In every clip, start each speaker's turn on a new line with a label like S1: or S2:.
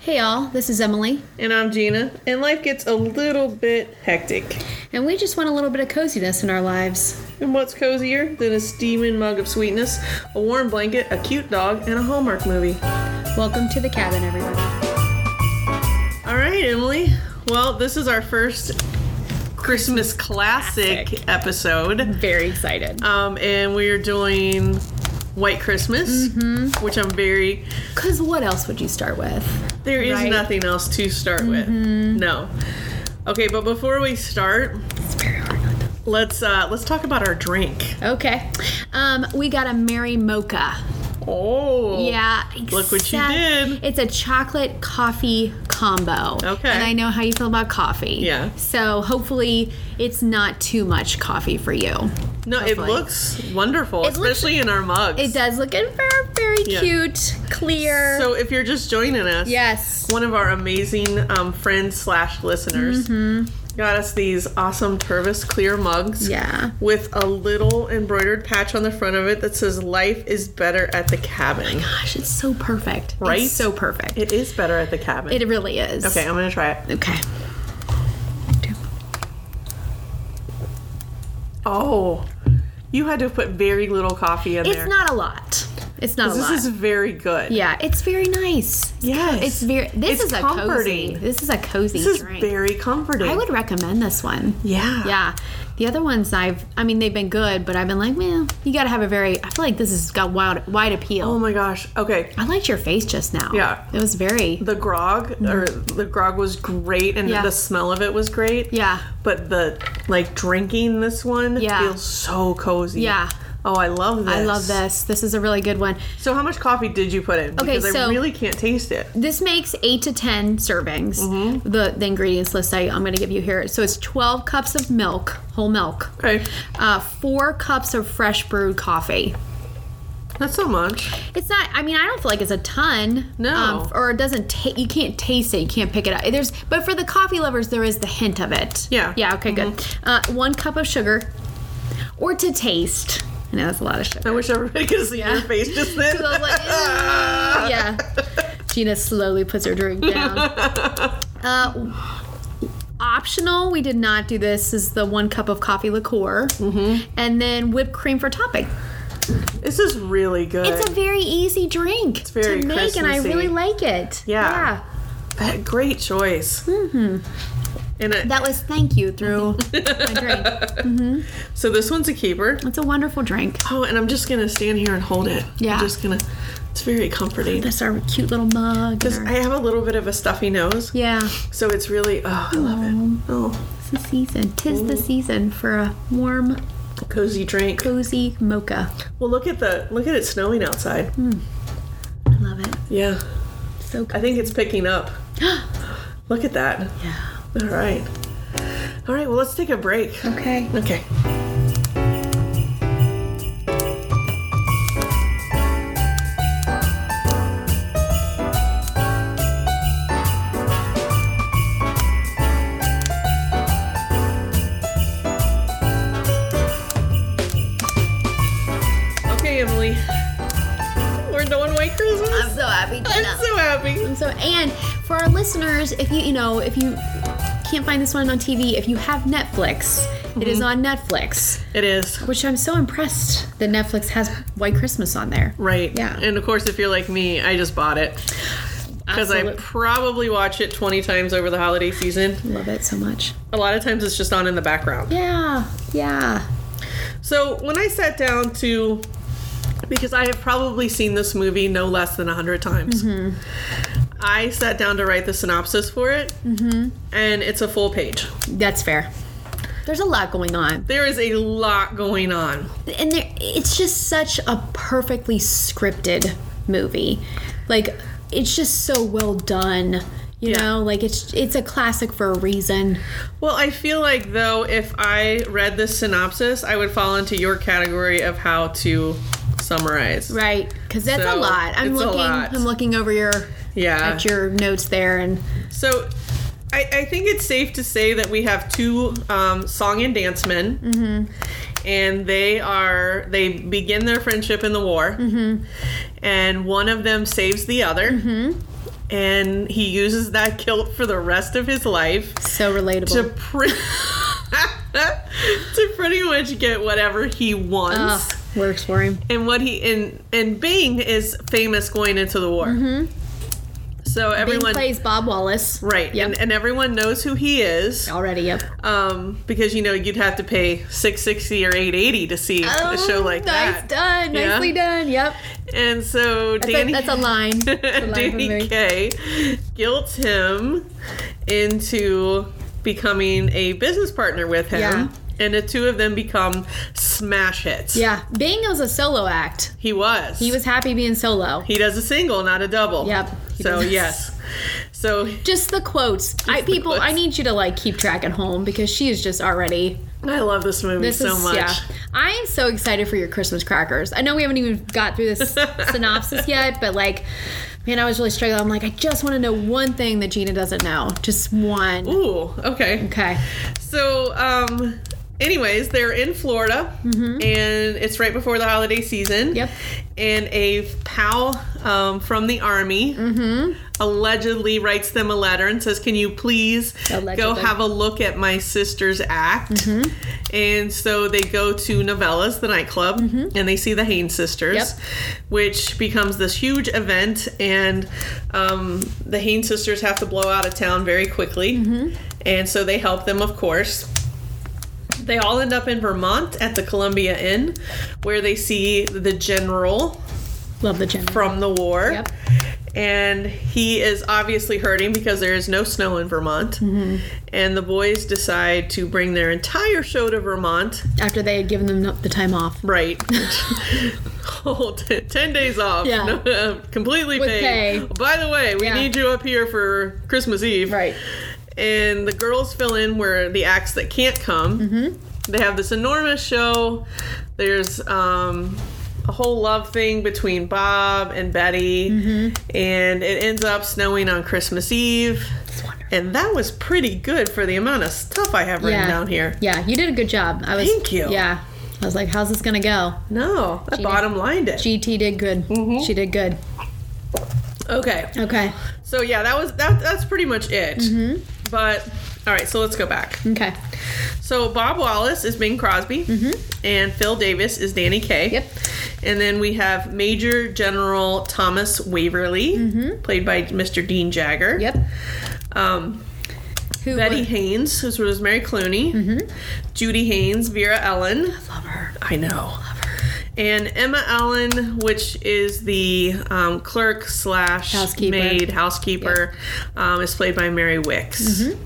S1: Hey, all, this is Emily,
S2: And I'm Gina, and life gets a little bit hectic.
S1: and we just want a little bit of coziness in our lives.
S2: And what's cozier than a steaming mug of sweetness, a warm blanket, a cute dog, and a Hallmark movie?
S1: Welcome to the cabin, everybody.
S2: All right, Emily. Well, this is our first Christmas classic,
S1: Classic.
S2: episode,
S1: Very excited.
S2: um, and we are doing White Christmas,
S1: Mm-hmm.
S2: which I'm very.
S1: Because what else would you start with?
S2: There is
S1: Right. Mm-hmm.
S2: nothing else to start with. No. Okay, but before we start,
S1: It's very hard not to.
S2: let's uh, let's talk about our drink.
S1: Okay. Um, we got a Mary Mocha.
S2: Oh.
S1: Yeah.
S2: Look what you
S1: exact-
S2: did.
S1: It's a chocolate coffee combo.
S2: Okay.
S1: And I know how you feel about coffee.
S2: Yeah.
S1: So hopefully it's not too much coffee for you.
S2: No, it
S1: Hopefully.
S2: looks wonderful,
S1: It looks-
S2: especially in our mugs.
S1: It does look in very, very
S2: Yeah.
S1: cute, clear.
S2: So if you're just joining us,
S1: yes.
S2: one of our amazing um, friends slash listeners got us these awesome Purvis clear mugs.
S1: Mm-hmm. Yeah.
S2: With a little embroidered patch on the front of it that says "Life is better at the cabin."
S1: Gosh, it's so perfect.
S2: Right?
S1: It's so perfect. It,
S2: It is better at the cabin.
S1: really is.
S2: okay, I'm gonna try it.
S1: Okay.
S2: Oh, you had to put very little coffee in there.
S1: It's not a lot. It's not a
S2: This
S1: lot.
S2: is very good.
S1: yeah, it's very nice.
S2: Yes.
S1: It's very. This is
S2: It's
S1: a
S2: comforting.
S1: cozy. This is a cozy
S2: This is
S1: drink.
S2: very comforting.
S1: I would recommend this one.
S2: Yeah.
S1: Yeah. The other ones I've, I mean, they've been good, but I've been like, well, you got to have a very. I feel like this has got wide, wide appeal.
S2: Oh my gosh. Okay.
S1: I liked your face just now.
S2: Yeah.
S1: It was very.
S2: the grog or the grog was great and
S1: Mm-hmm. Yeah.
S2: the smell of it was great
S1: Yeah.
S2: but the like drinking this one
S1: Yeah.
S2: feels so cozy
S1: Yeah.
S2: oh i love this
S1: I love this. This is a really good one.
S2: so how much coffee did you put in
S1: Okay,
S2: because i
S1: so-
S2: really can't taste it
S1: This makes eight to ten servings.
S2: Mm-hmm.
S1: The, the ingredients list I, I'm going to give you here. So it's 12 cups of milk, whole milk,
S2: okay
S1: uh, four cups of fresh brewed coffee.
S2: not so much
S1: It's not. I mean, I don't feel like it's a ton. um,
S2: No.
S1: or it doesn't. Ta- you can't taste it. You can't pick it up. There's, but for the coffee lovers, there is the hint of it.
S2: Yeah. Mm-hmm.
S1: Yeah. Okay. Good. Uh, one cup of sugar, or to taste. I know that's a lot of sugar.
S2: i wish everybody could see your face just then
S1: So I was like, "Ugh." yeah. Gina slowly puts her drink down. Uh, optional, we did not do this, is the one cup of coffee liqueur.
S2: Mm-hmm.
S1: And then whipped cream for topping.
S2: this is really good
S1: It's a very easy drink
S2: very
S1: to make, and I
S2: Christmassy.
S1: really like it.
S2: Yeah. That- great choice mm-hmm. and it,
S1: That was thank you through my drink.
S2: so this one's a keeper
S1: It's a wonderful drink.
S2: oh and i'm just gonna stand here and hold it
S1: Yeah.
S2: i'm just gonna it's very comforting
S1: That's our cute little mug.
S2: Because
S1: and
S2: I
S1: our-
S2: have a little bit of a stuffy nose,
S1: yeah,
S2: so it's really oh, I love it. Oh,
S1: it's the season. Tis the season for a warm,
S2: cozy drink.
S1: cozy mocha.
S2: Well, look at the look at it snowing outside.
S1: I love it.
S2: Yeah,
S1: So good.
S2: I think it's picking up. look at that.
S1: Yeah.
S2: All right, all right. Well, let's take a break.
S1: Okay.
S2: Okay. Okay, Emily. We're doing White Christmas.
S1: I'm so happy.
S2: I'm
S1: Gina.
S2: so happy.
S1: I'm so and for our listeners, if you you know if you can't find this one on TV, if you have Netflix, it
S2: Mm-hmm.
S1: is on Netflix,
S2: It is.
S1: which I'm so impressed that Netflix has White Christmas on there.
S2: Right.
S1: Yeah.
S2: And of course, if you're like me, I just bought it. Because I
S1: Absolute-
S2: probably watch it 20 times over the holiday season.
S1: love it so much.
S2: A lot of times it's just on in the background.
S1: Yeah, yeah.
S2: So when I sat down to, because I have probably seen this movie no less than 100 times, I sat down to write the synopsis for it, and it's a full page.
S1: That's fair. There's a lot going on,
S2: There is a lot going on.
S1: and there, it's just such a perfectly scripted movie. Like it's just so well done. You
S2: Yeah.
S1: know, like it's it's a classic for a reason.
S2: Well, I feel like though, if I read this synopsis, I would fall into your category of how to summarize.
S1: Right, because that's a
S2: So,
S1: lot. I'm
S2: it's a
S1: looking.
S2: lot.
S1: I'm looking over your
S2: Yeah.
S1: at your notes there, and
S2: So, I, I think it's safe to say that we have two um, song and dance men,
S1: Mm-hmm.
S2: and they are they
S1: Mm-hmm.
S2: begin their friendship in the war, and one of them saves the other, and he uses that guilt for the rest of his life
S1: So relatable.
S2: to pre- to pretty much get whatever he wants.
S1: Ugh, works for him.
S2: And what he and and Bing is famous going into the war. So
S1: Mm-hmm. Bing
S2: everyone
S1: plays Bob Wallace.
S2: right,
S1: Yep.
S2: and, and everyone knows who he is.
S1: Already, yep.
S2: Um, because you know you'd have to pay six sixty or eight eighty to see a show like
S1: Oh, nice
S2: that.
S1: done.
S2: Yeah.
S1: Nicely done. Yep.
S2: And so
S1: That's,
S2: Danny,
S1: a, that's a line. That's a line from the
S2: Danny
S1: movie.
S2: Kaye guilt him into becoming a business partner with him.
S1: Yeah.
S2: And the two of them become smash hits.
S1: Yeah. Bing was a solo act.
S2: He was.
S1: He was happy being solo.
S2: He does a single, not a double.
S1: Yep. He
S2: So
S1: does.
S2: yes. So
S1: Just the quotes. I
S2: the
S1: people I
S2: quotes.
S1: need you to like keep track at home because she is just already
S2: I love this movie
S1: this
S2: so
S1: is
S2: much.
S1: yeah. I am so excited for your Christmas crackers. I know we haven't even got through this synopsis yet, but like man, I was really struggling. I'm like, I just want to know one thing that Gina doesn't know. Just one.
S2: Ooh. Okay.
S1: Okay.
S2: So um anyways, they're in Florida and it's right before the holiday season.
S1: Mm-hmm. Yep.
S2: And a pal um, from the army
S1: Mm-hmm.
S2: allegedly writes them a letter and says, "Can you please go
S1: Allegedly.
S2: have a look at my sister's act?" And so they go to Novella's, the nightclub, and they see the Haynes sisters,
S1: Yep.
S2: which becomes this huge event. And um, the Haynes sisters have to blow out of town very quickly, and so they help them, of course. They all end up in Vermont at the Columbia Inn, where they see the general
S1: Love the gym.
S2: from the war.
S1: Yep.
S2: And he is obviously hurting because there is no snow in Vermont. And the boys decide to bring their entire show to Vermont.
S1: After they had given them the time off.
S2: Right. Whole t- 10 days off.
S1: Yeah.
S2: No, completely
S1: With
S2: paid.
S1: pay.
S2: By the way, we
S1: Yeah.
S2: need you up here for Christmas Eve. And the girls fill in where the acts that can't come.
S1: Mm-hmm.
S2: They have this enormous show. There's um, a whole love thing between Bob and Betty,
S1: Mm-hmm.
S2: and it ends up snowing on Christmas Eve.
S1: It's wonderful.
S2: And that was pretty good for the amount of stuff I have written
S1: yeah.
S2: down here.
S1: Yeah, you did a good job. I was
S2: Thank you.
S1: Yeah. I was like, how's this gonna go?
S2: No, I
S1: Gina.
S2: bottom lined it.
S1: GT did good.
S2: Mm-hmm.
S1: She did good.
S2: okay,
S1: Okay.
S2: so yeah, that was that. That's pretty much it.
S1: Mm-hmm.
S2: But all right, so let's go back.
S1: Okay.
S2: So Bob Wallace is Bing Crosby, and Phil Davis is Danny Kaye.
S1: Mm-hmm. Yep.
S2: And then we have Major General Thomas Waverly, played by Mr. Dean Jagger.
S1: Mm-hmm. Yep.
S2: Um,
S1: Who
S2: Betty
S1: would-
S2: Haynes, who's Rosemary Clooney. Judy Haynes, Vera Ellen.
S1: Mm-hmm. love her.
S2: I know. And Emma Allen, which is the um, clerk slash
S1: Housekeeper.
S2: maid housekeeper, um, is played by Mary Wicks.
S1: Mm-hmm.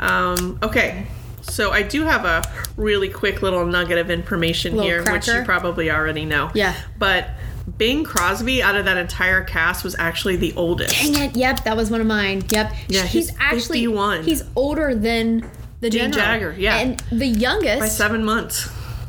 S2: Um, okay, so I do have a really quick little nugget of information
S1: Little
S2: here, which you
S1: cracker.
S2: probably already know.
S1: Yeah.
S2: But Bing Crosby, out of that entire cast, was actually the oldest.
S1: Dang it. Yep, that was one of mine. Yep.
S2: Yeah,
S1: he's,
S2: he's
S1: actually
S2: 51.
S1: he's older than the
S2: Dean
S1: general.
S2: Jagger, yeah.
S1: And the
S2: By
S1: youngest
S2: seven months.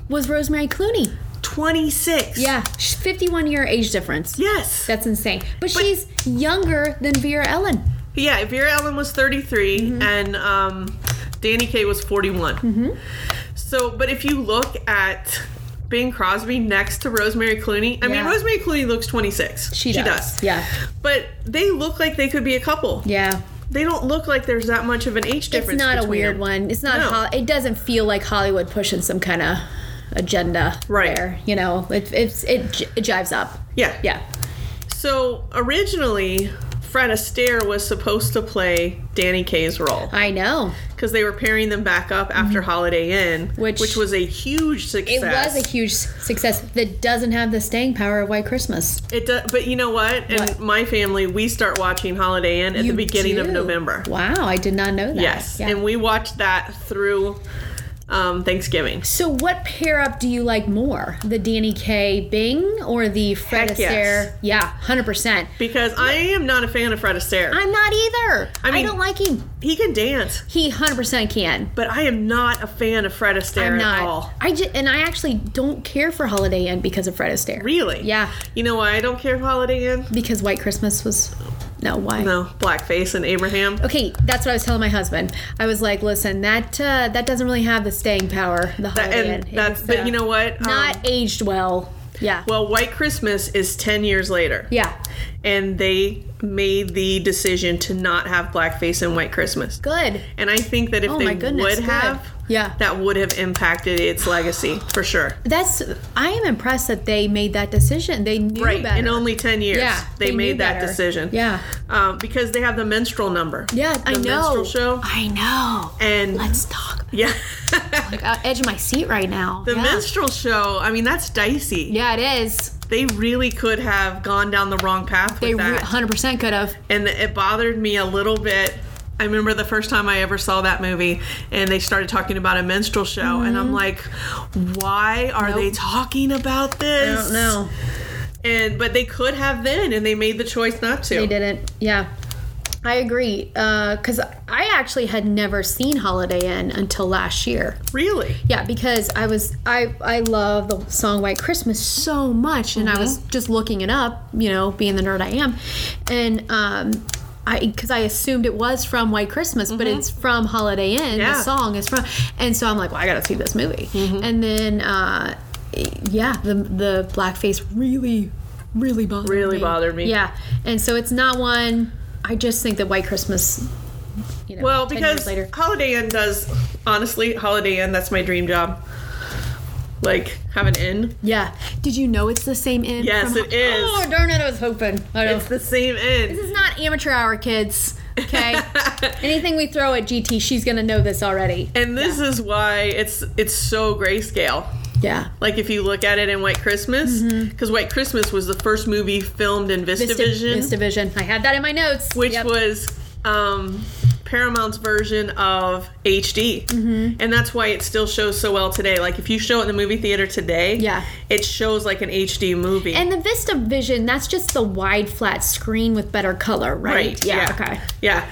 S1: was Rosemary Clooney.
S2: 26.
S1: Yeah, she's 51 year age difference.
S2: Yes.
S1: That's insane. But, she's younger than Vera Ellen.
S2: Yeah, Vera Ellen was 33
S1: Mm-hmm.
S2: and um, Danny Kaye was 41. So, but if you look at Bing Crosby next to Rosemary Clooney, I mean,
S1: Yeah.
S2: Rosemary Clooney looks 26.
S1: She does. Yeah.
S2: But they look like they could be a couple.
S1: Yeah.
S2: They don't look like there's that much of an age difference.
S1: It's not a
S2: between
S1: weird
S2: them.
S1: one. It's not.
S2: No.
S1: Hol- it doesn't feel like Hollywood pushing some kind of agenda.
S2: Right.
S1: There. You know, it it's, it j- it jives up.
S2: Yeah.
S1: Yeah.
S2: So, originally, Fred Astaire was supposed to play Danny Kaye's role
S1: I know.
S2: because they were pairing them back up after Holiday Inn,
S1: Mm-hmm. Which-
S2: was a huge
S1: It
S2: success.
S1: was a huge s- success that doesn't have the staying power of White Christmas.
S2: It does, but you know what? In
S1: What?
S2: my family, we start watching Holiday Inn at
S1: You
S2: the beginning of
S1: do.
S2: November.
S1: Wow, I did not know that.
S2: Yes,
S1: Yeah.
S2: and we watch that through um, Thanksgiving.
S1: so, what pair up do you like more, the Danny Kaye Bing or the Fred
S2: Heck yes.
S1: Astaire? Yeah, hundred percent.
S2: Because I am not a fan of Fred Astaire.
S1: I'm not either. I,
S2: mean-
S1: don't like him.
S2: he can dance,
S1: He hundred percent can.
S2: but I am not a fan of Fred Astaire
S1: I'm not.
S2: at all.
S1: I ju- and I actually don't care for Holiday Inn because of Fred Astaire.
S2: Really?
S1: Yeah.
S2: You know why I don't care for Holiday Inn?
S1: Because White Christmas was no why.
S2: No, blackface and Abraham.
S1: Okay, that's what I was telling my husband. I was like, "Listen, that uh, that doesn't really have the staying power." The
S2: That-
S1: Holiday
S2: and
S1: Inn. It
S2: that's.
S1: was, uh,
S2: But you know what? Um,
S1: not aged well. Yeah.
S2: well, White Christmas is ten years later.
S1: yeah.
S2: and they made the decision to not have blackface and white Christmas.
S1: Good.
S2: And I think that if
S1: Oh
S2: they
S1: my goodness.
S2: would
S1: good.
S2: have,
S1: Yeah.
S2: that would have impacted its legacy for sure.
S1: That's I am impressed that they made that decision. They knew
S2: Right.
S1: better.
S2: In only 10 years,
S1: yeah,
S2: they,
S1: knew
S2: made that
S1: better.
S2: decision.
S1: Yeah.
S2: Um, because they have the menstrual number.
S1: Yeah, I
S2: The
S1: know.
S2: menstrual show.
S1: I know.
S2: And
S1: Let's talk. About
S2: yeah.
S1: it. Like, uh, edge of my seat right now.
S2: the
S1: yeah.
S2: menstrual show, I mean, that's dicey.
S1: Yeah, it is.
S2: They really could have gone down the wrong path with
S1: They
S2: that.
S1: 100 percent could have.
S2: and it bothered me a little bit. I remember the first time I ever saw that movie, and they started talking about a menstrual show, and I'm like, why are they
S1: Mm-hmm. Nope.
S2: talking about this? And but they could have then, and they made the choice not to.
S1: They didn't. Yeah. I agree. Because I actually had never seen Holiday Inn until last year.
S2: Really?
S1: Yeah, because I was I I love the song White Christmas so much, and I was
S2: Mm-hmm.
S1: just looking it up, you know, being the nerd I am, and um, I because I assumed it was from White Christmas, but it's from Holiday Inn.
S2: Mm-hmm. Yeah. Mm-hmm.
S1: The song is from, and so I'm like, well, I gotta see this movie, and then uh, yeah, the the blackface really really bothered
S2: Really
S1: me.
S2: bothered me.
S1: Yeah, and so it's not one. I just think that White Christmas. You know,
S2: Well,
S1: 10
S2: because
S1: years later.
S2: Holiday Inn does honestly, Holiday Inn, that's my dream job. Like have an inn.
S1: Yeah. Did you know it's the same inn?
S2: Yes,
S1: from-
S2: it is.
S1: Oh, darn it, I was hoping. I know.
S2: It's the same inn.
S1: this is not amateur hour, kids. Okay? Anything we throw at GT, she's going to know this already.
S2: And this is why it's it's so grayscale.
S1: Yeah.
S2: Like if you look at it in White Christmas,
S1: Mm-hmm.
S2: because White Christmas was the first movie filmed in
S1: Miss
S2: VistaVision,
S1: Division. I had that in my notes.
S2: which
S1: Yep.
S2: was um, Paramount's version of HD,
S1: Mm-hmm.
S2: and that's why it still shows so well today. Like if you show it in the movie theater today,
S1: Yeah.
S2: it shows like an HD movie.
S1: And the Vista Vision, that's just the wide flat screen with better color, right?
S2: Right.
S1: Yeah,
S2: yeah.
S1: okay.
S2: Yeah.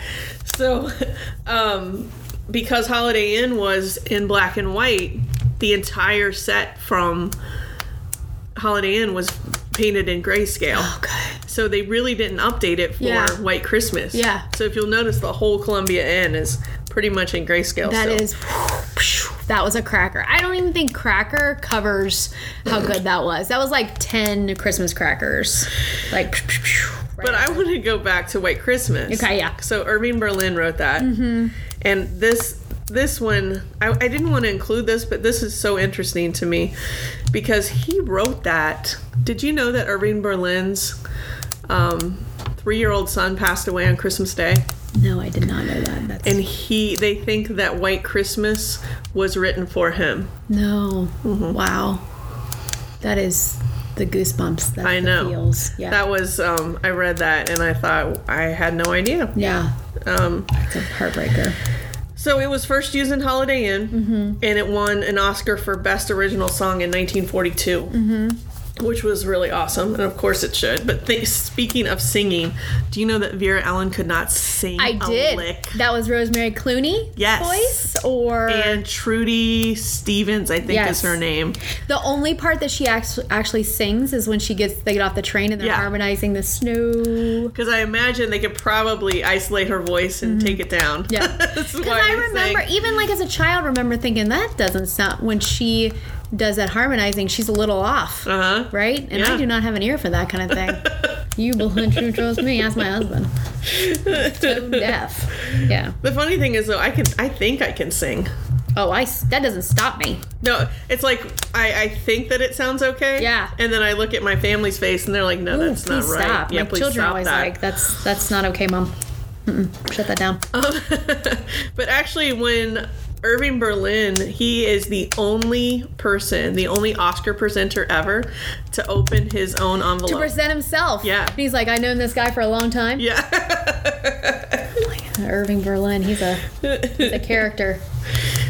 S2: So, um, because Holiday Inn was in black and white, the entire set from Holiday Inn was painted in grayscale.
S1: Okay.
S2: So they really didn't update it for
S1: Yeah.
S2: White Christmas.
S1: Yeah.
S2: So if you'll notice, the whole Columbia Inn is pretty much in grayscale.
S1: That
S2: still.
S1: is, that was a cracker. I don't even think cracker covers how good that was. That was like 10 Christmas crackers. Like, right
S2: But I want to go back to White Christmas.
S1: Okay, yeah. Mm-hmm.
S2: So Irving Berlin wrote that, and this this one I, I didn't want to include this, but this is so interesting to me because he wrote that. Did you know that Irving Berlin's um, three year old son passed away on Christmas Day,
S1: No, I did not know that. That's
S2: and he they think that White Christmas was written for him.
S1: no.
S2: Mm-hmm.
S1: Wow. That is the goosebumps. That's
S2: I know.
S1: The feels. Yeah.
S2: That was um, I read that and I thought I had no idea.
S1: yeah.
S2: Um,
S1: It's a heartbreaker.
S2: So it was first used in Holiday Inn,
S1: Mm-hmm.
S2: and it won an Oscar for Best Original Song in 1942,
S1: Mm-hmm.
S2: which was really awesome. And of course, it should. But th- speaking of singing, do you know that Vera Allen could not sing
S1: I
S2: a
S1: did.
S2: lick?
S1: That was Rosemary Clooney.
S2: Yes.
S1: Voice or
S2: And Trudy Stevens, I think,
S1: Yes.
S2: is her name.
S1: the only part that she actually actually sings is when she gets they get off the train and they're
S2: Yeah.
S1: harmonizing the snow.
S2: Because I imagine they could probably isolate her voice and take it down.
S1: Mm-hmm. Yeah.
S2: That's
S1: Because
S2: why
S1: I
S2: they
S1: remember,
S2: sang.
S1: even like as a child, remember thinking that doesn't sound when she does that harmonizing, she's a little off.
S2: Uh-huh.
S1: right? And I
S2: Yeah.
S1: do not have an ear for that kind of thing. you believe you trust me? Ask my husband. Tone deaf. Yeah.
S2: The funny thing is, though, I can. I think I can sing.
S1: Oh, I s- that doesn't stop me.
S2: No, it's like I, I think that it sounds okay.
S1: Yeah.
S2: And then I look at my family's face and they're like, no,
S1: Ooh,
S2: that's not
S1: please
S2: right.
S1: stop.
S2: Yeah,
S1: my
S2: please
S1: children
S2: stop
S1: always
S2: that.
S1: like that's that's not okay, mom. Mm-mm. Shut that down.
S2: Um, but actually, when Irving Berlin, he is the only person, the only Oscar presenter ever to open his own envelope.
S1: To present himself.
S2: Yeah.
S1: He's like, I've known this guy for a long time.
S2: yeah.
S1: Like, Irving Berlin, he's a he's a character.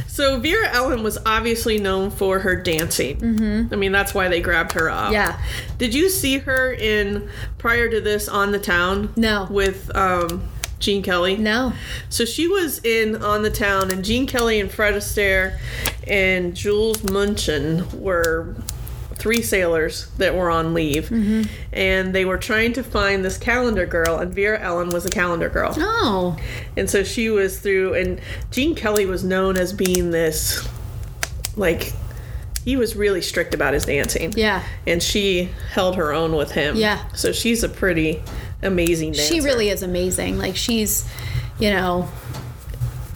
S2: so Vera Ellen was obviously known for her dancing. Mm-hmm. I mean, that's why they grabbed her up.
S1: Yeah.
S2: Did you see her in prior to this on the town?
S1: No.
S2: With um, Gene Kelly.
S1: No.
S2: So she was in On the Town, and Gene Kelly and Fred Astaire and Jules Munchen were three sailors that were on leave.
S1: Mm-hmm.
S2: And they were trying to find this calendar girl, and Vera Ellen was a calendar girl.
S1: No.
S2: And so she was through, and Gene Kelly was known as being this, like, he was really strict about his dancing.
S1: Yeah.
S2: And she held her own with him.
S1: Yeah.
S2: So she's a pretty amazing dancer.
S1: She really is amazing. Like she's, you know,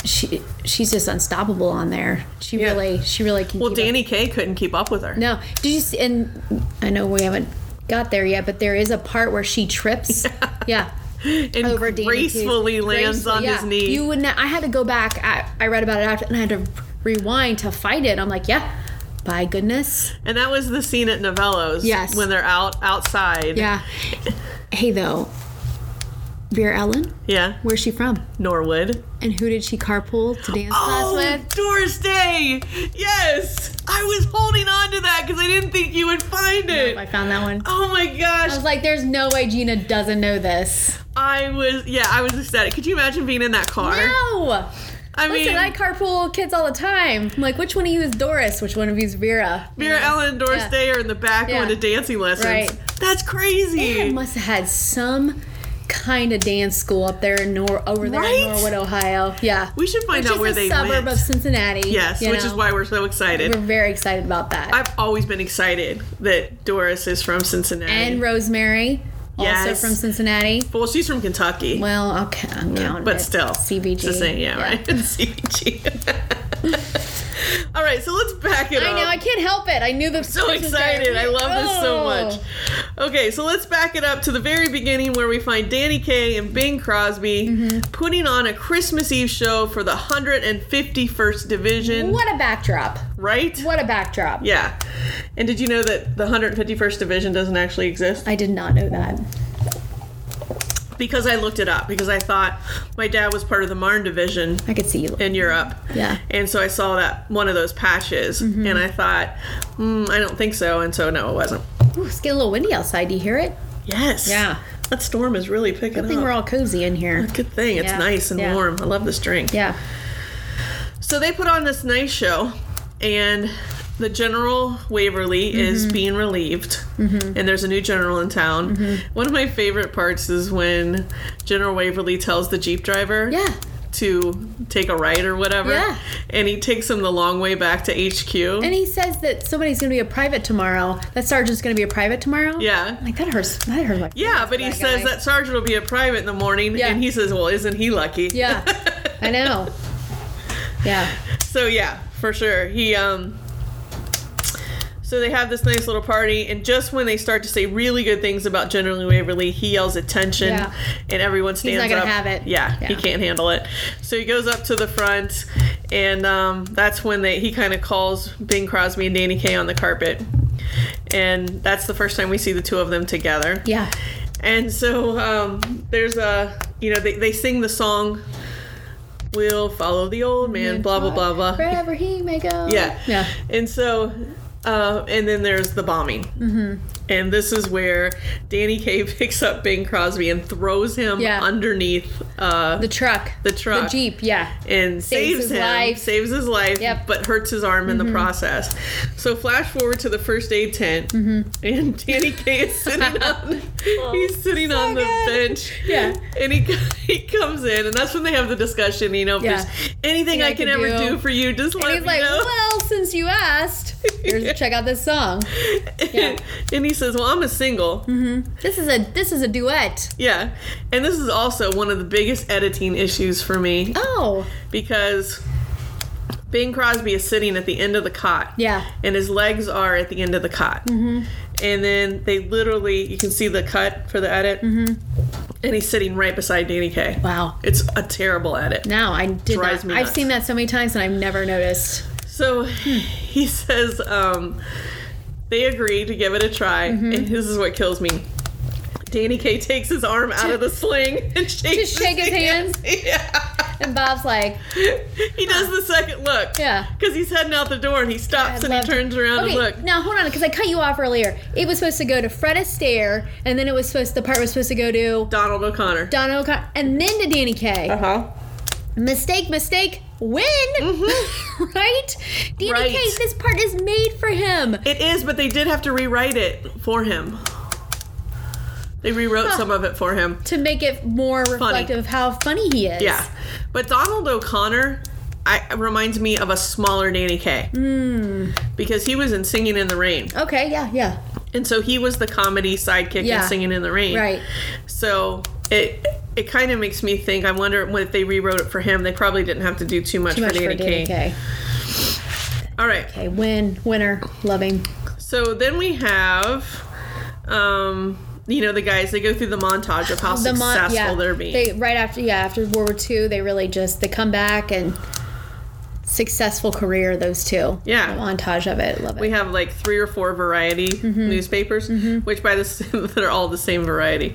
S1: she she's just unstoppable on there. She
S2: Yeah.
S1: really she really can.
S2: Well,
S1: keep up.
S2: Danny Kaye couldn't keep up with her.
S1: No, did you see? And I know we haven't got there yet, but there is a part where she trips. Yeah.
S2: and
S1: Over Danny Kaye's-
S2: gracefully lands
S1: gracefully,
S2: on his
S1: yeah.
S2: knee.
S1: You would not. I had to go back. I, I read about it after, and I had to rewind to fight it. I'm like, yeah, by goodness,
S2: and that was the scene at Novello's.
S1: Yes.
S2: When they're out outside.
S1: yeah. hey though, Vera Ellen,
S2: Yeah.
S1: where's she from?
S2: Norwood. Oh,
S1: And who did she carpool to dance class with?
S2: Doris Day. Yes. I was holding on to that because I didn't think you would find it.
S1: I found that one.
S2: oh my
S1: I was
S2: gosh.
S1: like, there's no way Gina doesn't know this.
S2: I was yeah, I was ecstatic. Could you imagine being in that car?
S1: No!
S2: I mean,
S1: Listen, I carpool kids all the time. I'm like, which one of you is Doris? Which one of you is Vera?
S2: Vera Ellen and Doris
S1: Yeah.
S2: Day are in the back
S1: Yeah.
S2: going to dancing lessons.
S1: Right.
S2: That's crazy.
S1: They must have had some kind of dance school up there in Nor over there
S2: Right?
S1: in Norwood, Ohio. Yeah.
S2: We should find
S1: which
S2: out
S1: is
S2: where
S1: a
S2: they
S1: suburb
S2: went.
S1: of Cincinnati.
S2: Yes,
S1: you
S2: which is
S1: know.
S2: why we're so excited.
S1: we're very excited about that.
S2: I've always been excited that Doris is from Cincinnati.
S1: and Rosemary, also
S2: Yes.
S1: from Cincinnati.
S2: well, she's from Kentucky.
S1: Well, okay, I'm counting
S2: but
S1: it.
S2: still,
S1: CBG.
S2: Just saying, yeah, right. CBG. All right, so let's back it
S1: I
S2: up.
S1: know. I can't help it. I knew the.
S2: so excited. I love this
S1: Oh.
S2: so much. Okay, so let's back it up to the very beginning where we find Danny Kaye and Bing Crosby
S1: Mm-hmm.
S2: putting on a Christmas Eve show for the 151st Division,
S1: What a backdrop!
S2: right?
S1: What a backdrop!
S2: Yeah. And did you know that the 151st Division doesn't actually exist?
S1: I did not know that.
S2: Because I looked it up because I thought my dad was part of the Marne Division
S1: I could see you.
S2: in Europe.
S1: Yeah. Mm-hmm.
S2: And so I saw that one of those patches and I thought, mm, I don't think so. And so, no, it wasn't.
S1: Ooh, it's getting a little windy outside. Do you hear it?
S2: Yes.
S1: Yeah.
S2: That storm is really picking
S1: Good thing
S2: up.
S1: we're all cozy in here.
S2: Good thing. It's
S1: Yeah,
S2: nice and
S1: yeah.
S2: warm. I love this drink.
S1: Yeah.
S2: So they put on this nice show, and the General Waverly is
S1: Mm-hmm.
S2: being relieved, and there's a new general in town.
S1: Mm-hmm.
S2: One of my favorite parts is when General Waverly tells the Jeep driver.
S1: Yeah.
S2: To take a ride or whatever,
S1: Yeah.
S2: and he takes him the long way back to HQ.
S1: And he says that somebody's going to be a private tomorrow. That sergeant's going to be a private tomorrow.
S2: yeah,
S1: Like that hurts. That hurt like.
S2: yeah, but he
S1: that
S2: says
S1: guy.
S2: that sergeant will be a private in the morning,
S1: Yeah.
S2: and he says, "Well, isn't he lucky?"
S1: Yeah. I know. Yeah.
S2: So yeah, for sure. He um so they have this nice little party and just when they start to say really good things about General Waverly, he yells attention
S1: Yeah.
S2: and everyone stands
S1: not gonna
S2: up.
S1: have it.
S2: Yeah, he
S1: Yeah.
S2: can't handle it. So he goes up to the front and um, that's when they he kind of calls Bing Crosby and Danny Kaye on the carpet. And that's the first time we see the two of them together.
S1: Yeah.
S2: And so um, there's a, you know, they, they sing the song, We'll Follow the Old Man, blah, blah, blah, blah.
S1: Wherever he may go.
S2: Yeah.
S1: Yeah.
S2: And so, uh, and then there's the bombing. Mm-hmm. And this is where Danny Kaye picks up Bing Crosby and throws him
S1: Yeah.
S2: underneath uh,
S1: The truck.
S2: The truck.
S1: The jeep. Yeah.
S2: and saves,
S1: Saves his
S2: him,
S1: life.
S2: saves his life,
S1: Yep. Mm-hmm.
S2: but hurts his arm in the process. So flash forward to the first aid tent,
S1: Mm-hmm.
S2: and Danny Kaye is sitting on, he's sitting
S1: Oh, so
S2: on the
S1: good.
S2: bench,
S1: Yeah.
S2: and he he comes in, and that's when they have the discussion. You know, if
S1: Yeah.
S2: there's anything
S1: Yeah,
S2: I
S1: I
S2: can
S1: could
S2: ever
S1: do.
S2: do for you, just
S1: And
S2: let
S1: he's
S2: me
S1: like,
S2: know.
S1: well, since you asked, here's, check out this song. Yeah. Mm-hmm.
S2: and he says, "Well, I'm a single."
S1: This is a this is a duet.
S2: Yeah, and this is also one of the biggest editing issues for me
S1: Oh.
S2: because Bing Crosby is sitting at the end of the cot.
S1: Yeah.
S2: and his legs are at the end of the cot. Mm-hmm. And then they literally, you can see the cut for the edit, mm-hmm. and he's sitting right beside Danny Kaye.
S1: Wow.
S2: It's a terrible edit.
S1: No, I did
S2: Drives
S1: not.
S2: me
S1: I've
S2: nuts.
S1: seen that so many times and I've never noticed.
S2: So he says um, they agree to give it a try,
S1: Mm-hmm.
S2: and this is what kills me. Danny Kaye takes his arm out of the sling and shakes
S1: Just shake his hands.
S2: Yeah.
S1: And Bob's like,
S2: he does the second look.
S1: Yeah.
S2: Because he's heading out the door and he
S1: I'd
S2: stops and he
S1: love to-
S2: turns around
S1: okay,
S2: and Oh, look.
S1: Now hold on, because I cut you off earlier. It was supposed to go to Fred Astaire, and then it was supposed the part was supposed to go to
S2: Donald O'Connor.
S1: Don O'Connor, and then to Danny Kaye.
S2: huh.
S1: Mistake, mistake. Win, right? Danny
S2: Mm-hmm. Right.
S1: Kaye, this part is made for him.
S2: It is, but they did have to rewrite it for him. They rewrote
S1: Huh.
S2: some of it for him.
S1: To make it more reflective of how funny he is.
S2: Yeah. But Donald O'Connor I, reminds me of a smaller Danny Kaye. Mm.
S1: Hmm.
S2: Because he was in Singing in the Rain.
S1: Okay. Yeah. Yeah.
S2: And so he was the comedy sidekick
S1: Yeah.
S2: in Singing in the Rain.
S1: Right.
S2: So it it kind of makes me think. I wonder if they rewrote it for him. They probably didn't have to do too much,
S1: Too much
S2: for
S1: for
S2: Danny
S1: Danny
S2: Kaye.
S1: Kaye.
S2: All right.
S1: Okay, win, winner, loving.
S2: So then we have, um, you know, the guys. They go through the montage of how
S1: the
S2: successful
S1: mon- yeah,
S2: they're being.
S1: They right after yeah after World War II, they really just they come back and successful career those two.
S2: Yeah.
S1: The montage of it, love it.
S2: we have like three or four variety
S1: Mm-hmm.
S2: newspapers, which by the s- they're all the same variety.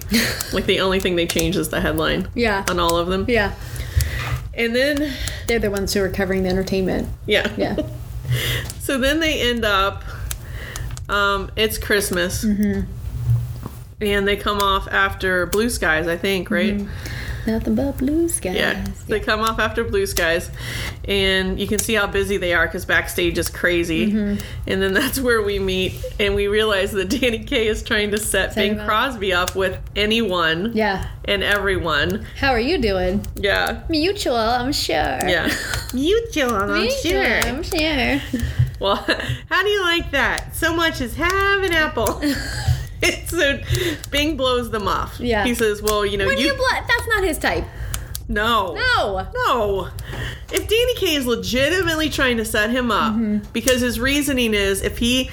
S2: like the only thing they change is the headline.
S1: Yeah.
S2: On all of them.
S1: yeah,
S2: And then,
S1: they're the ones who are covering the entertainment.
S2: yeah.
S1: Yeah,
S2: So then they end up. Um, it's Christmas.
S1: Mm-hmm.
S2: And they come off after Blue Skies, I think, right?
S1: Mm-hmm. nothing but blue skies.
S2: Yeah, they come off after Blue Skies, and you can see how busy they are because backstage is crazy.
S1: Mm-hmm.
S2: And then that's where we meet, and we realize that Danny Kaye is trying to set
S1: Set
S2: Bing
S1: him up.
S2: Crosby up with anyone
S1: Yeah.
S2: and everyone.
S1: How are you doing?
S2: Yeah,
S1: Mutual, I'm sure.
S2: yeah. Mutual, I'm
S1: Mutual, I'm sure.
S2: Well, how do you like that? So much as have an apple. so Bing blows them off.
S1: Yeah.
S2: he says, "Well, you know,
S1: What do
S2: you
S1: you bl- That's not his type. No.
S2: No. If Danny Kaye is legitimately trying to set him up,
S1: Mm-hmm.
S2: because his reasoning is if he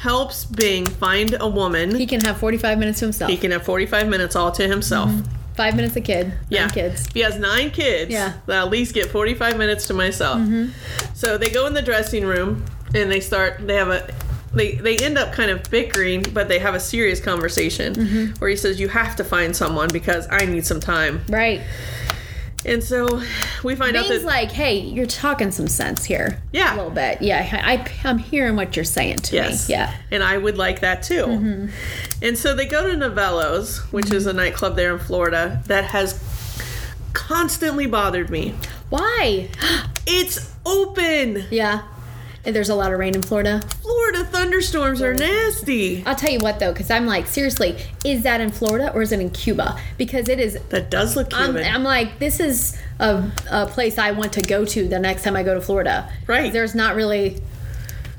S2: helps Bing find a woman,
S1: He
S2: he,
S1: can have 45 minutes to himself.
S2: can have 45 minutes all to himself.
S1: Mm-hmm. Five minutes a kid. nine
S2: Yeah.
S1: Kids.
S2: If he has nine kids,
S1: Yeah. Mm-hmm.
S2: then I'll at least get 45 minutes to myself. So they go in the dressing room and they start, they have a. They, they end up kind of bickering, but they have a serious conversation
S1: Mm-hmm.
S2: where he says, You have to find someone because I need some time.
S1: Right.
S2: And so we find out
S1: Bing's
S2: that.
S1: like, hey, you're talking some sense here.
S2: Yeah.
S1: A little bit. Yeah. I, I, am hearing what you're saying to
S2: Yes.
S1: me. Yeah. Mm-hmm.
S2: And I would like that too. And so they go to Novello's, which is a nightclub there in Florida that has constantly bothered me.
S1: Why?
S2: It's open.
S1: yeah. And there's a lot of rain in Florida.
S2: Florida thunderstorms are nasty.
S1: I'll tell you what, though, because I'm like, seriously, is that in Florida or is it in Cuba? Because it is
S2: That does look
S1: I'm,
S2: Cuban.
S1: I'm like, this is a, a place I want to go to the next time I go to Florida.
S2: Right.
S1: There's not really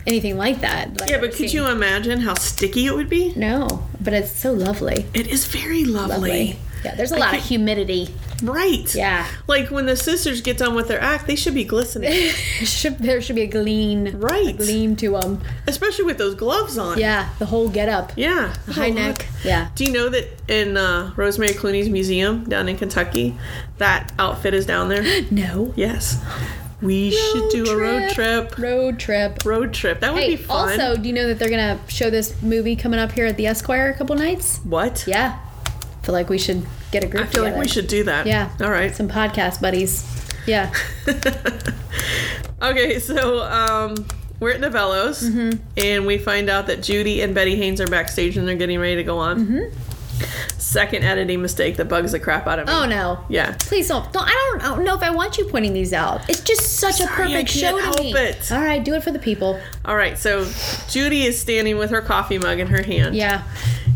S1: anything like that. that
S2: yeah,
S1: I've ever
S2: but could
S1: seen.
S2: you imagine how sticky it would be?
S1: No, but it's so lovely.
S2: It is very lovely.
S1: Lovely. Yeah, there's a lot of humidity.
S2: Right.
S1: Yeah.
S2: Like when the sisters get done with their act, they should be glistening.
S1: should, there should be a gleam.
S2: Right.
S1: A gleam to them.
S2: Especially with those gloves on.
S1: Yeah, the whole get up.
S2: Yeah.
S1: High
S2: Oh,
S1: neck.
S2: look.
S1: Yeah.
S2: Do you know that in uh, Rosemary Clooney's museum down in Kentucky, that outfit is down there?
S1: No.
S2: Yes. We should do a road trip.
S1: Road trip.
S2: Road trip. That would be
S1: Hey,
S2: fun.
S1: also, do you know that they're going to show this movie coming up here at the Esquire a couple nights?
S2: what?
S1: Yeah. feel like we should get a group
S2: I feel like
S1: together.
S2: we should do that.
S1: Yeah.
S2: All right.
S1: Some podcast buddies. Yeah.
S2: okay, so um, we're at Novello's,
S1: Mm-hmm.
S2: and we find out that Judy and Betty Haynes are backstage and they're getting ready to go on. Second editing mistake that bugs the crap out of me.
S1: Mm-hmm. Oh no.
S2: Yeah.
S1: Please don't. don't I, don't. I don't know if I want you pointing these out. It's just such a
S2: Sorry, I
S1: perfect show
S2: can't
S1: to me.
S2: help it.
S1: All right, do it for the people.
S2: All right, so Judy is standing with her coffee mug in her hand.
S1: Yeah.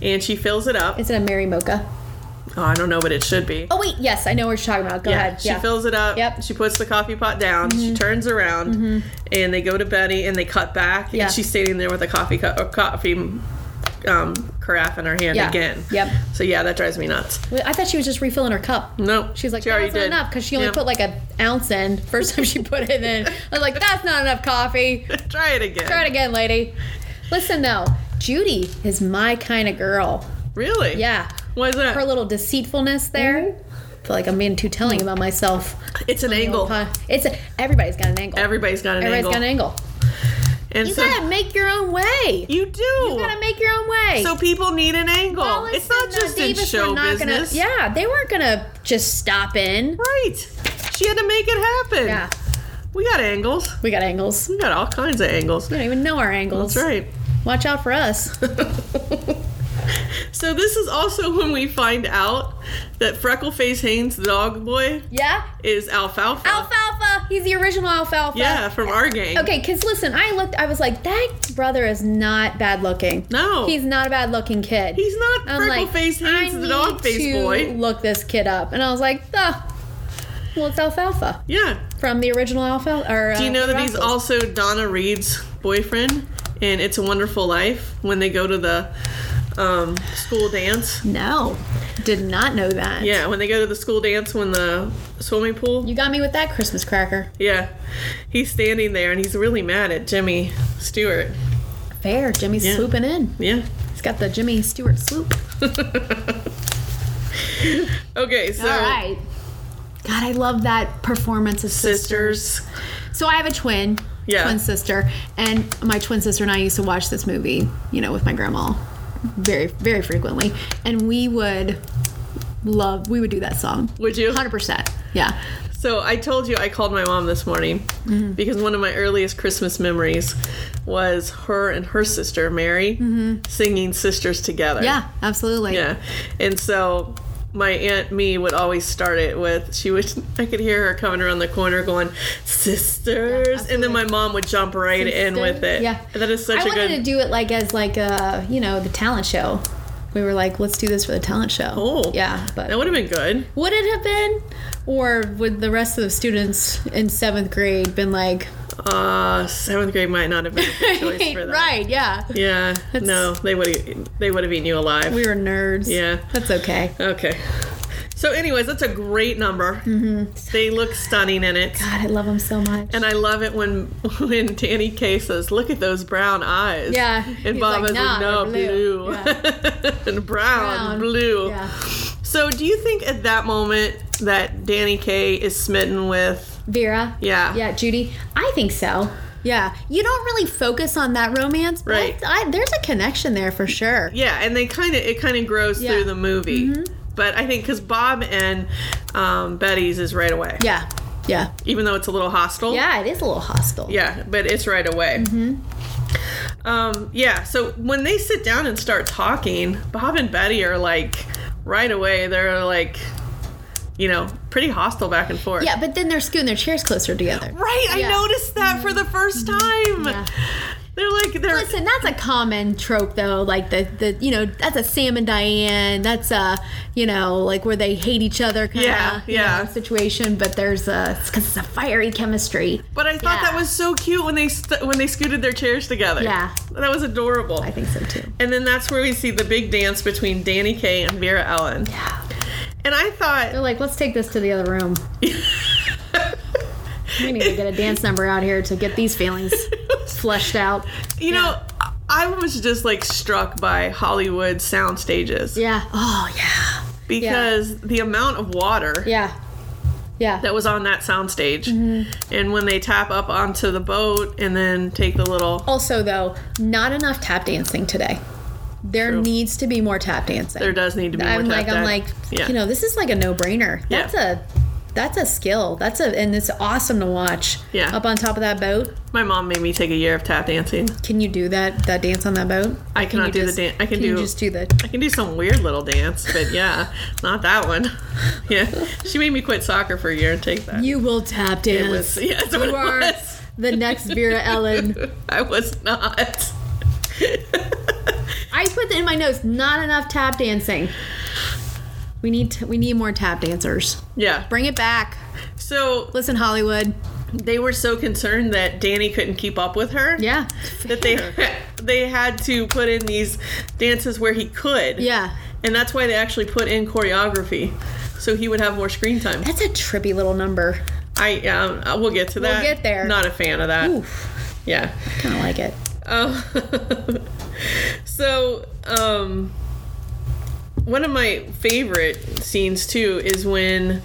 S2: and she fills it up.
S1: It's in a Mary Mocha.
S2: Oh, I don't know, but it should be.
S1: Oh wait, yes, I know what you're talking about. Go ahead.
S2: she
S1: yeah.
S2: fills it up.
S1: Yep. Mm-hmm.
S2: She puts the coffee pot down. She turns around, and they go to Betty, and they cut back.
S1: Yeah.
S2: And she's standing there with a coffee cup, or coffee um, carafe in her hand
S1: Yeah.
S2: again.
S1: Yep.
S2: So yeah, that drives me nuts.
S1: Wait, I thought she was just refilling her cup.
S2: No,
S1: She's like,
S2: she
S1: that's
S2: already
S1: not
S2: did.
S1: enough because she only
S2: Yeah.
S1: put like an ounce in. First time she put it in, I was like, that's not enough coffee.
S2: Try it again.
S1: Try it again, lady. Listen though, Judy is my kind of girl.
S2: Really?
S1: Yeah.
S2: Why is that?
S1: Her little deceitfulness
S2: Mm-hmm.
S1: there. I feel like I'm being too telling about myself.
S2: it's an angle.
S1: It's a, everybody's got an angle.
S2: Everybody's got an
S1: Everybody's
S2: angle.
S1: got an angle.
S2: and
S1: You
S2: so
S1: gotta make your own way. You,
S2: you do.
S1: gotta make your own way.
S2: so people need an angle.
S1: Rollins
S2: it's not
S1: and, uh,
S2: just in
S1: Davis were
S2: show
S1: not gonna-
S2: business.
S1: yeah, they weren't gonna just stop in.
S2: Right. She had to make it happen.
S1: Yeah,
S2: We got angles.
S1: we got angles. We
S2: We got all kinds of angles.
S1: don't even know our angles.
S2: That's right.
S1: Watch out for us.
S2: So this is also when we find out that Freckleface Haynes, the dog boy,
S1: Yeah,
S2: is alfalfa.
S1: alfalfa. He's the original alfalfa.
S2: Yeah, from our gang.
S1: Okay, because listen, I looked. I was like, that brother is not bad looking.
S2: No.
S1: he's not a bad looking kid.
S2: He's not
S1: I'm like,
S2: Freckleface
S1: I
S2: Haynes, the
S1: need
S2: dog face
S1: to
S2: boy.
S1: Look this kid up, and I was like, oh, well, it's alfalfa
S2: Yeah.
S1: from the original alfalfa. Or, uh,
S2: Do you know that he's also Donna Reed's boyfriend in It's a Wonderful Life when they go to the um, school dance.
S1: No, did not know that.
S2: Yeah, when they go to the school dance, when the swimming pool.
S1: You got me with that Christmas cracker.
S2: Yeah, he's standing there and he's really mad at Jimmy Stewart.
S1: Fair. Jimmy's
S2: Yeah.
S1: swooping in.
S2: Yeah.
S1: He's got the Jimmy Stewart swoop.
S2: Okay, so
S1: All right. God, I love that performance of sisters.
S2: sisters.
S1: So I have a twin,
S2: Yeah.
S1: twin sister, and my twin sister and I used to watch this movie, you know, with my grandma very, very frequently. And we would love, we would do that song.
S2: Would you?
S1: 100%. Yeah.
S2: So I told you I called my mom this morning
S1: Mm-hmm.
S2: because one of my earliest Christmas memories was her and her sister Mary singing Sisters Together.
S1: Mm-hmm. Yeah, absolutely.
S2: Yeah. And so my aunt me would always start it with she would I could hear her coming around the corner going sisters and then my mom would jump right in with it.
S1: Yeah.
S2: And that is such
S1: I
S2: a
S1: wanted
S2: good
S1: to do it like as like a, you know, the talent show. We were like, let's do this for the talent show.
S2: Oh.
S1: Yeah. But
S2: That would have been good.
S1: Would it have been, or would the rest of the students in seventh grade been like,
S2: Uh, seventh grade might not have been a good choice for that.
S1: right? Yeah,
S2: Yeah. no, they would they would have eaten you alive.
S1: we were nerds.
S2: Yeah.
S1: that's okay.
S2: Okay. So, anyways, that's a great number.
S1: Mm-hmm.
S2: They look stunning in it,
S1: God, I love them so much.
S2: and I love it when when Danny Kaye says, "Look at those brown eyes."
S1: Yeah.
S2: And
S1: He's
S2: Bob
S1: like,
S2: is
S1: "Nah,
S2: like, "No,
S1: they're
S2: blue,
S1: blue."
S2: and brown,
S1: Brown.
S2: blue."
S1: yeah,
S2: So, do you think at that moment that Danny Kaye is smitten with?
S1: Vera.
S2: Yeah.
S1: yeah, Judy. I think so. Yeah, you don't really focus on that romance, but
S2: Right.
S1: I, there's a connection there for sure.
S2: Yeah, and they kind of it kind of grows
S1: Yeah. Mm-hmm.
S2: through the movie. But I think because Bob and um, Betty's is right away,
S1: Yeah, yeah,
S2: even though it's a little hostile.
S1: yeah. It is a little hostile.
S2: Yeah, but it's right away.
S1: Mm-hmm.
S2: Um, yeah, so when they sit down and start talking, Bob and Betty are like, right away, they're like, you know, pretty hostile back and forth.
S1: Yeah, but then they're scooting their chairs closer together.
S2: Right, I
S1: Yeah. Mm-hmm.
S2: noticed that for the first time.
S1: Yeah.
S2: They're like, they're.
S1: Listen, that's a common trope though. Like the, the you know, that's a Sam and Diane. That's a you know, like where they hate each other kind of
S2: Yeah, yeah.
S1: situation. But there's a because it's a fiery chemistry.
S2: But I thought
S1: Yeah.
S2: that was so cute when they st- when they scooted their chairs together.
S1: Yeah.
S2: that was adorable.
S1: I think so too.
S2: And then that's where we see the big dance between Danny Kaye and Vera Ellen.
S1: Yeah.
S2: And I thought,
S1: They're like, let's take this to the other room. we need to get a dance number out here to get these feelings fleshed out.
S2: You know, I- I was just like struck by Hollywood sound stages
S1: Yeah. Oh yeah.
S2: because the amount of water
S1: Yeah. Yeah.
S2: that was on that sound stage,
S1: Mm-hmm.
S2: and when they tap up onto the boat and then take the little,
S1: Also though, not enough tap dancing today. There
S2: True.
S1: needs to be more tap dancing.
S2: there does need to be more
S1: I'm
S2: tap
S1: like, I'm
S2: dance.
S1: like,
S2: yeah.
S1: you know, this is like a no-brainer.
S2: Yeah.
S1: That's a, that's a skill. That's a, and it's awesome to watch.
S2: Yeah.
S1: Up on top of that boat,
S2: my mom made me take a year of tap dancing.
S1: can you do that? That dance on that boat?
S2: I
S1: Can
S2: cannot
S1: you
S2: do the
S1: just-
S2: dan- I can
S1: you
S2: do-
S1: just do the.
S2: I can do some weird little dance, but yeah, not that one. Yeah, she made me quit soccer for a year and take that.
S1: You will tap dance.
S2: was- yeah, that's
S1: you
S2: what it
S1: are
S2: was.
S1: the next Vera Ellen.
S2: I was not.
S1: I put in my notes. Not enough tap dancing. We need to, we need more tap dancers.
S2: yeah.
S1: Bring it back.
S2: So
S1: Listen, Hollywood.
S2: they were so concerned that Danny couldn't keep up with her.
S1: Yeah.
S2: That they they had to put in these dances where he could.
S1: Yeah.
S2: And that's why they actually put in choreography. So he would have more screen time.
S1: That's a trippy little number.
S2: I um, uh, we'll get to that.
S1: get there.
S2: Not a fan of that.
S1: Oof.
S2: Yeah.
S1: Kind of like it.
S2: Um, so um, one of my favorite scenes too is when,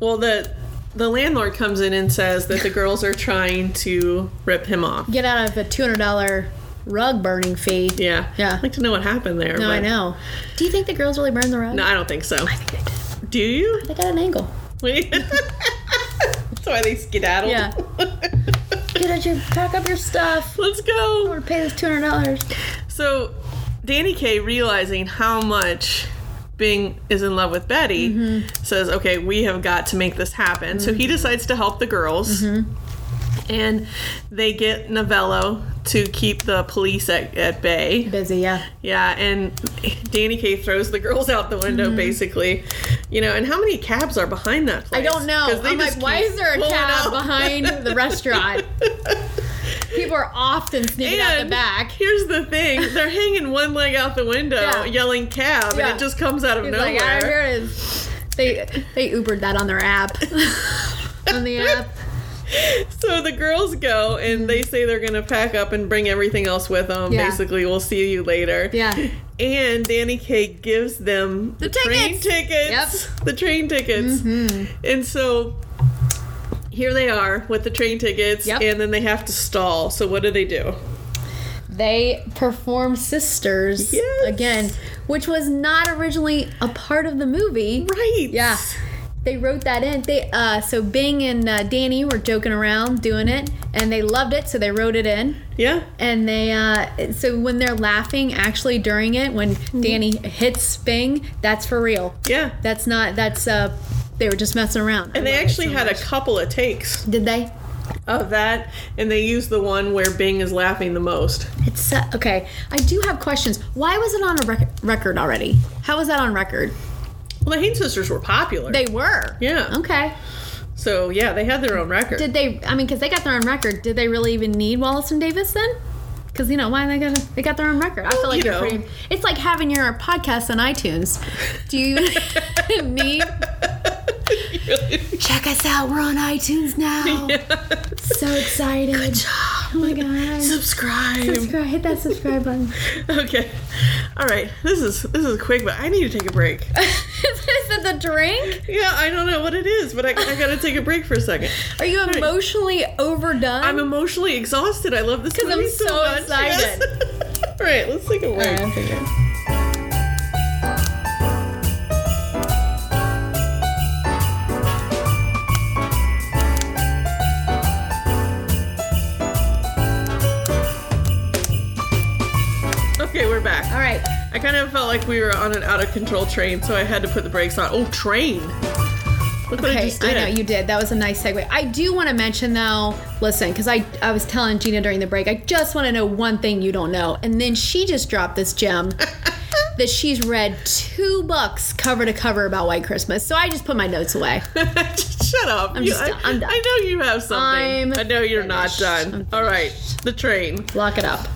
S2: well, the the landlord comes in and says that the girls are trying to rip him off.
S1: get out of a two hundred dollar rug burning fee.
S2: Yeah.
S1: Yeah.
S2: I'd like to know what happened there.
S1: No, I
S2: but-
S1: know. Do you think the girls really burned the rug?
S2: No, I don't think so.
S1: I think they did.
S2: Do you?
S1: They got an angle.
S2: Wait. That's why they skedaddled.
S1: Yeah. Get out your pack up your stuff.
S2: Let's go.
S1: Or pay this two hundred dollars.
S2: So, Danny Kaye, realizing how much Bing is in love with Betty,
S1: Mm-hmm.
S2: says, okay, we have got to make this happen. So, he decides to help the girls.
S1: Mm-hmm.
S2: And they get Novello to keep the police at, at bay.
S1: Busy, yeah.
S2: Yeah, and Danny Kaye throws the girls out the window,
S1: Mm-hmm.
S2: basically. You know, and how many cabs are behind that place?
S1: I don't know.
S2: 'Cause they
S1: I'm like,
S2: just
S1: why
S2: keep
S1: is there a
S2: pulling
S1: cab
S2: up.
S1: behind the restaurant? People are often sneaking out the
S2: And
S1: back.
S2: Here's the thing: they're hanging one leg out the window,
S1: Yeah.
S2: yelling cab,
S1: Yeah.
S2: and it just comes out of
S1: He's
S2: nowhere.
S1: like, "Ah, here it is. They they Ubered that on their app. on the app.
S2: so the girls go and they say they're gonna pack up and bring everything else with them.
S1: Yeah.
S2: Basically, we'll see you later.
S1: Yeah.
S2: And Danny Kaye gives them
S1: The
S2: train
S1: tickets. Mm-hmm.
S2: tickets. The train tickets. And so here they are with the train tickets,
S1: Yep.
S2: and then they have to stall. So what do they do?
S1: They perform Sisters
S2: Yes.
S1: again, which was not originally a part of the movie.
S2: Right.
S1: Yeah. They wrote that in. They uh, so Bing and uh, Danny were joking around doing it, and they loved it, so they wrote it in.
S2: Yeah.
S1: And they uh, so when they're laughing actually during it, when
S2: Mm-hmm.
S1: Danny hits Bing, that's for real.
S2: Yeah.
S1: That's not. That's uh, they were just messing around.
S2: And they actually had a couple of takes
S1: Did they?
S2: of that, and they used the one where Bing is laughing the most.
S1: It's uh, okay. I do have questions. Why was it on a rec- record already? How was that on record?
S2: Well, the Haynes sisters were popular.
S1: They were.
S2: yeah.
S1: Okay.
S2: So yeah, they had their own record.
S1: Did they? I mean, because they got their own record. Did they really even need Wallace and Davis then? Because you know why they got they got their own record. I feel
S2: Well,
S1: like
S2: you
S1: you are
S2: know.
S1: pretty, it's like having your podcast on iTunes. Do you need? Check us out. We're on iTunes now. So excited. Good job. Oh my god.
S2: Subscribe.
S1: Subscribe. Hit that subscribe button.
S2: Okay. All right. This is this is quick, but I need to take a break.
S1: Is it the drink?
S2: Yeah, I don't know what it is, but I, I gotta take a break for a second.
S1: Are you emotionally overdone?
S2: I'm emotionally exhausted. I love this
S1: 'Cause I'm
S2: movie
S1: so
S2: much.
S1: excited.
S2: Yes. All right, let's take a break.
S1: All right,
S2: Okay, we're back.
S1: All right.
S2: I kind of felt like we were on an out of control train, so I had to put the brakes on. Oh, train! Look what I
S1: Okay,
S2: just
S1: I
S2: did.
S1: know you did. That was a nice segue. I do want to mention though, listen, because I I was telling Gina during the break, I just want to know one thing you don't know, and then she just dropped this gem that she's read two books cover to cover about White Christmas. So I just put my notes away.
S2: Shut up. I'm
S1: just-
S2: I,
S1: I'm done.
S2: I know you have something.
S1: I'm
S2: i know you're
S1: finished.
S2: not done.
S1: I'm
S2: All right, the train.
S1: Lock it up.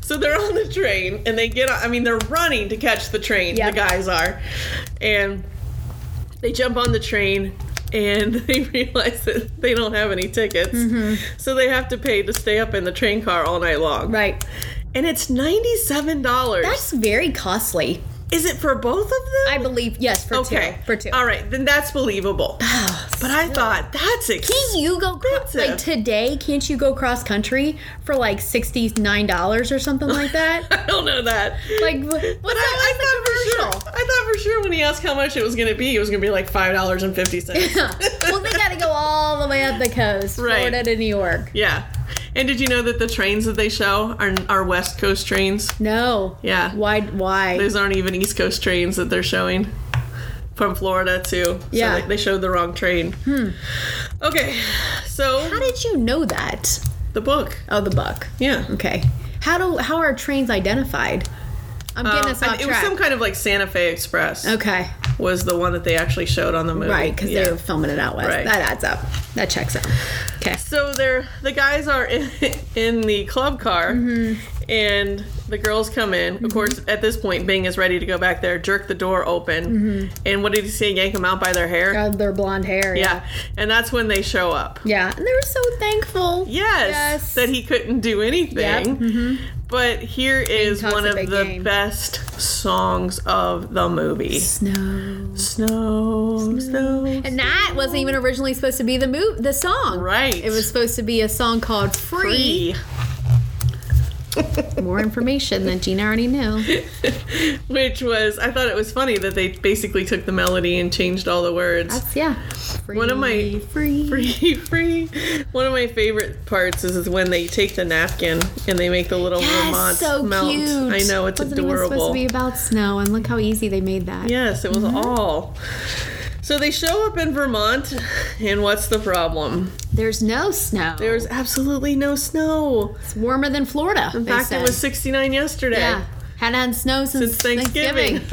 S2: So they're on the train and they get on, I mean, they're running to catch the train,
S1: Yeah.
S2: the guys are. And they jump on the train and they realize that they don't have any tickets.
S1: Mm-hmm.
S2: So they have to pay to stay up in the train car all night long.
S1: Right.
S2: And it's $97.
S1: That's very costly.
S2: Is it for both of them?
S1: I believe yes for
S2: okay. Um,
S1: two for two.
S2: All right, then that's believable. but I thought that's
S1: Can't
S2: expensive.
S1: you go cro-
S2: Expensive.
S1: like today? Can't you go cross country for like sixty nine dollars or something like that?
S2: I don't know that.
S1: like wh- what's
S2: But
S1: that?
S2: I, I thought for sure. I thought for sure when he asked how much it was going to be, it was going to be like five dollars and fifty cents.
S1: well, they got to go all the way up the coast,
S2: Right.
S1: Florida to New York.
S2: Yeah. And did you know that the trains that they show are are West Coast trains?
S1: No.
S2: Yeah.
S1: Why? Why?
S2: Those aren't even East Coast trains that they're showing from Florida too.
S1: Yeah.
S2: So they, they showed the wrong train. Hmm. Okay. So
S1: How did you know that?
S2: the book.
S1: Oh, the book.
S2: Yeah.
S1: Okay. How do how are trains identified? I'm getting
S2: Um,
S1: us off
S2: and it was
S1: track.
S2: some kind of like Santa Fe Express
S1: okay.
S2: was the one that they actually showed on the movie.
S1: Right, because
S2: Yeah.
S1: they were filming it out west.
S2: Right.
S1: That adds up. That checks out. Okay.
S2: so they're the guys are in, in the club car
S1: Mm-hmm.
S2: and the girls come in of course at this point bing is ready to go back there jerk the door
S1: Mm-hmm.
S2: open and what did he say yank them out by their hair
S1: God, their blonde hair.
S2: yeah and that's when they show up
S1: Yeah, and they were so thankful.
S2: yes,
S1: Yes. Mm-hmm.
S2: that he couldn't do anything but here is
S1: talks
S2: one
S1: a
S2: of
S1: big
S2: the
S1: game.
S2: best songs of the movie
S1: Snow.
S2: snow snow
S1: And that wasn't even originally supposed to be the move, the song.
S2: right
S1: It was supposed to be a song called Free.
S2: free
S1: More information that Gina already knew.
S2: Which was, I thought it was funny that they basically took the melody and changed all the words.
S1: That's yeah. Free,
S2: One of my-
S1: free.
S2: Free, free. One of my favorite parts is, is when they take the napkin and they make the little Vermont
S1: Yes, so
S2: melt.
S1: cute.
S2: I know it's
S1: Wasn't Even supposed
S2: adorable.
S1: to be Mm-hmm. about snow, and look how easy they made that.
S2: yes, it was all. So they show up in Vermont, and what's the problem?
S1: There's no snow.
S2: There's absolutely no snow.
S1: it's warmer than Florida.
S2: In fact, it was 69 yesterday.
S1: yeah. Hadn't had snow since,
S2: It's Thanksgiving.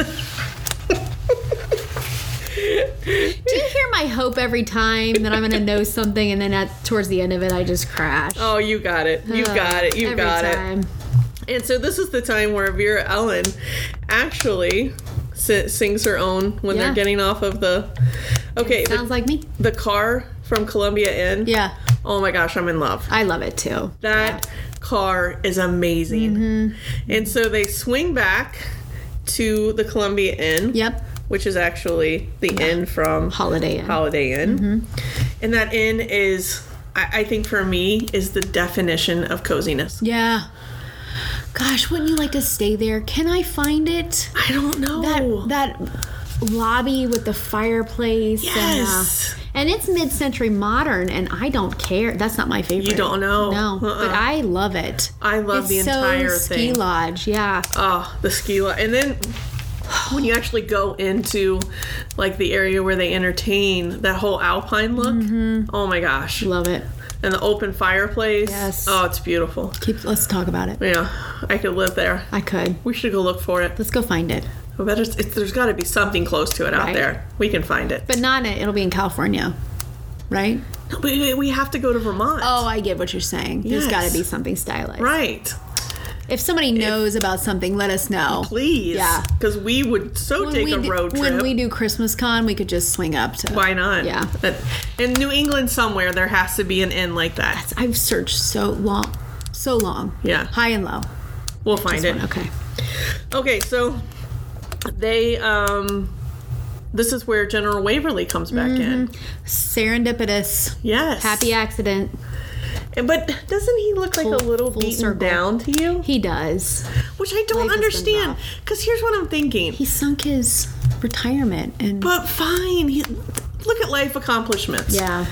S1: Do you hear my hope every time that I'm going to know something and then at towards the end of it I just crash?
S2: Oh, you got it. You
S1: Ugh,
S2: got it. You
S1: every
S2: got it.
S1: time.
S2: And so this is the time where Vera Ellen actually si- sings her own when
S1: Yeah.
S2: they're getting off of the. Okay, the,
S1: Sounds like me.
S2: the car from Columbia Inn.
S1: Yeah.
S2: Oh my gosh, I'm in love.
S1: I love it too.
S2: That car is amazing.
S1: Mm-hmm.
S2: And so they swing back to the Columbia Inn,
S1: Yep.
S2: which is actually the inn from
S1: Holiday Inn.
S2: Holiday Inn.
S1: mm-hmm.
S2: And that inn is, I, I think for me, is the definition of coziness.
S1: Yeah. Gosh, wouldn't you like to stay there? Can I find it?
S2: I don't know.
S1: That that lobby with the fireplace.
S2: Yes.
S1: And, uh, and it's mid-century modern, and I don't care. That's not my favorite.
S2: You don't know.
S1: No,
S2: Uh-uh.
S1: but I love it.
S2: I love
S1: it's
S2: the entire
S1: so ski
S2: thing.
S1: lodge. Yeah.
S2: Oh, the ski lodge. And then when you actually go into like the area where they entertain, that whole alpine look.
S1: Mm-hmm.
S2: Oh my gosh.
S1: Love it.
S2: And the open fireplace.
S1: Yes.
S2: Oh, it's beautiful.
S1: Keep. Let's talk about it.
S2: Yeah, I could live there.
S1: I could.
S2: We should go look for it.
S1: Let's go find it,
S2: I bet it's, it's, there's got to be something close to it out
S1: Right.
S2: there. We can find it.
S1: but not. It. It'll be in California, right?
S2: No, we, we- we have to go to Vermont.
S1: Oh, I get what you're saying.
S2: Yes.
S1: There's got to be something stylized.
S2: Right.
S1: If somebody knows about something, let us know.
S2: Please.
S1: Yeah.
S2: Because we would so take
S1: we
S2: a
S1: do,
S2: road trip.
S1: when we do Christmas con, we could just swing up to.
S2: Why not?
S1: Yeah.
S2: But in New England somewhere, there has to be an inn like that.
S1: I've searched so long, so long.
S2: Yeah.
S1: High and low.
S2: We'll find it.
S1: Okay.
S2: Okay, so they um this is where General Waverly comes back in.
S1: Serendipitous.
S2: Yes.
S1: Mm-hmm. Happy accident.
S2: And- But doesn't he look like
S1: Full-
S2: a little
S1: full
S2: beaten
S1: circle.
S2: down to you?
S1: He does.
S2: Which I
S1: Life
S2: don't
S1: has been
S2: understand.
S1: rough.
S2: Because here's what I'm thinking.
S1: He sunk his retirement and.
S2: But fine. He, look at life accomplishments.
S1: yeah.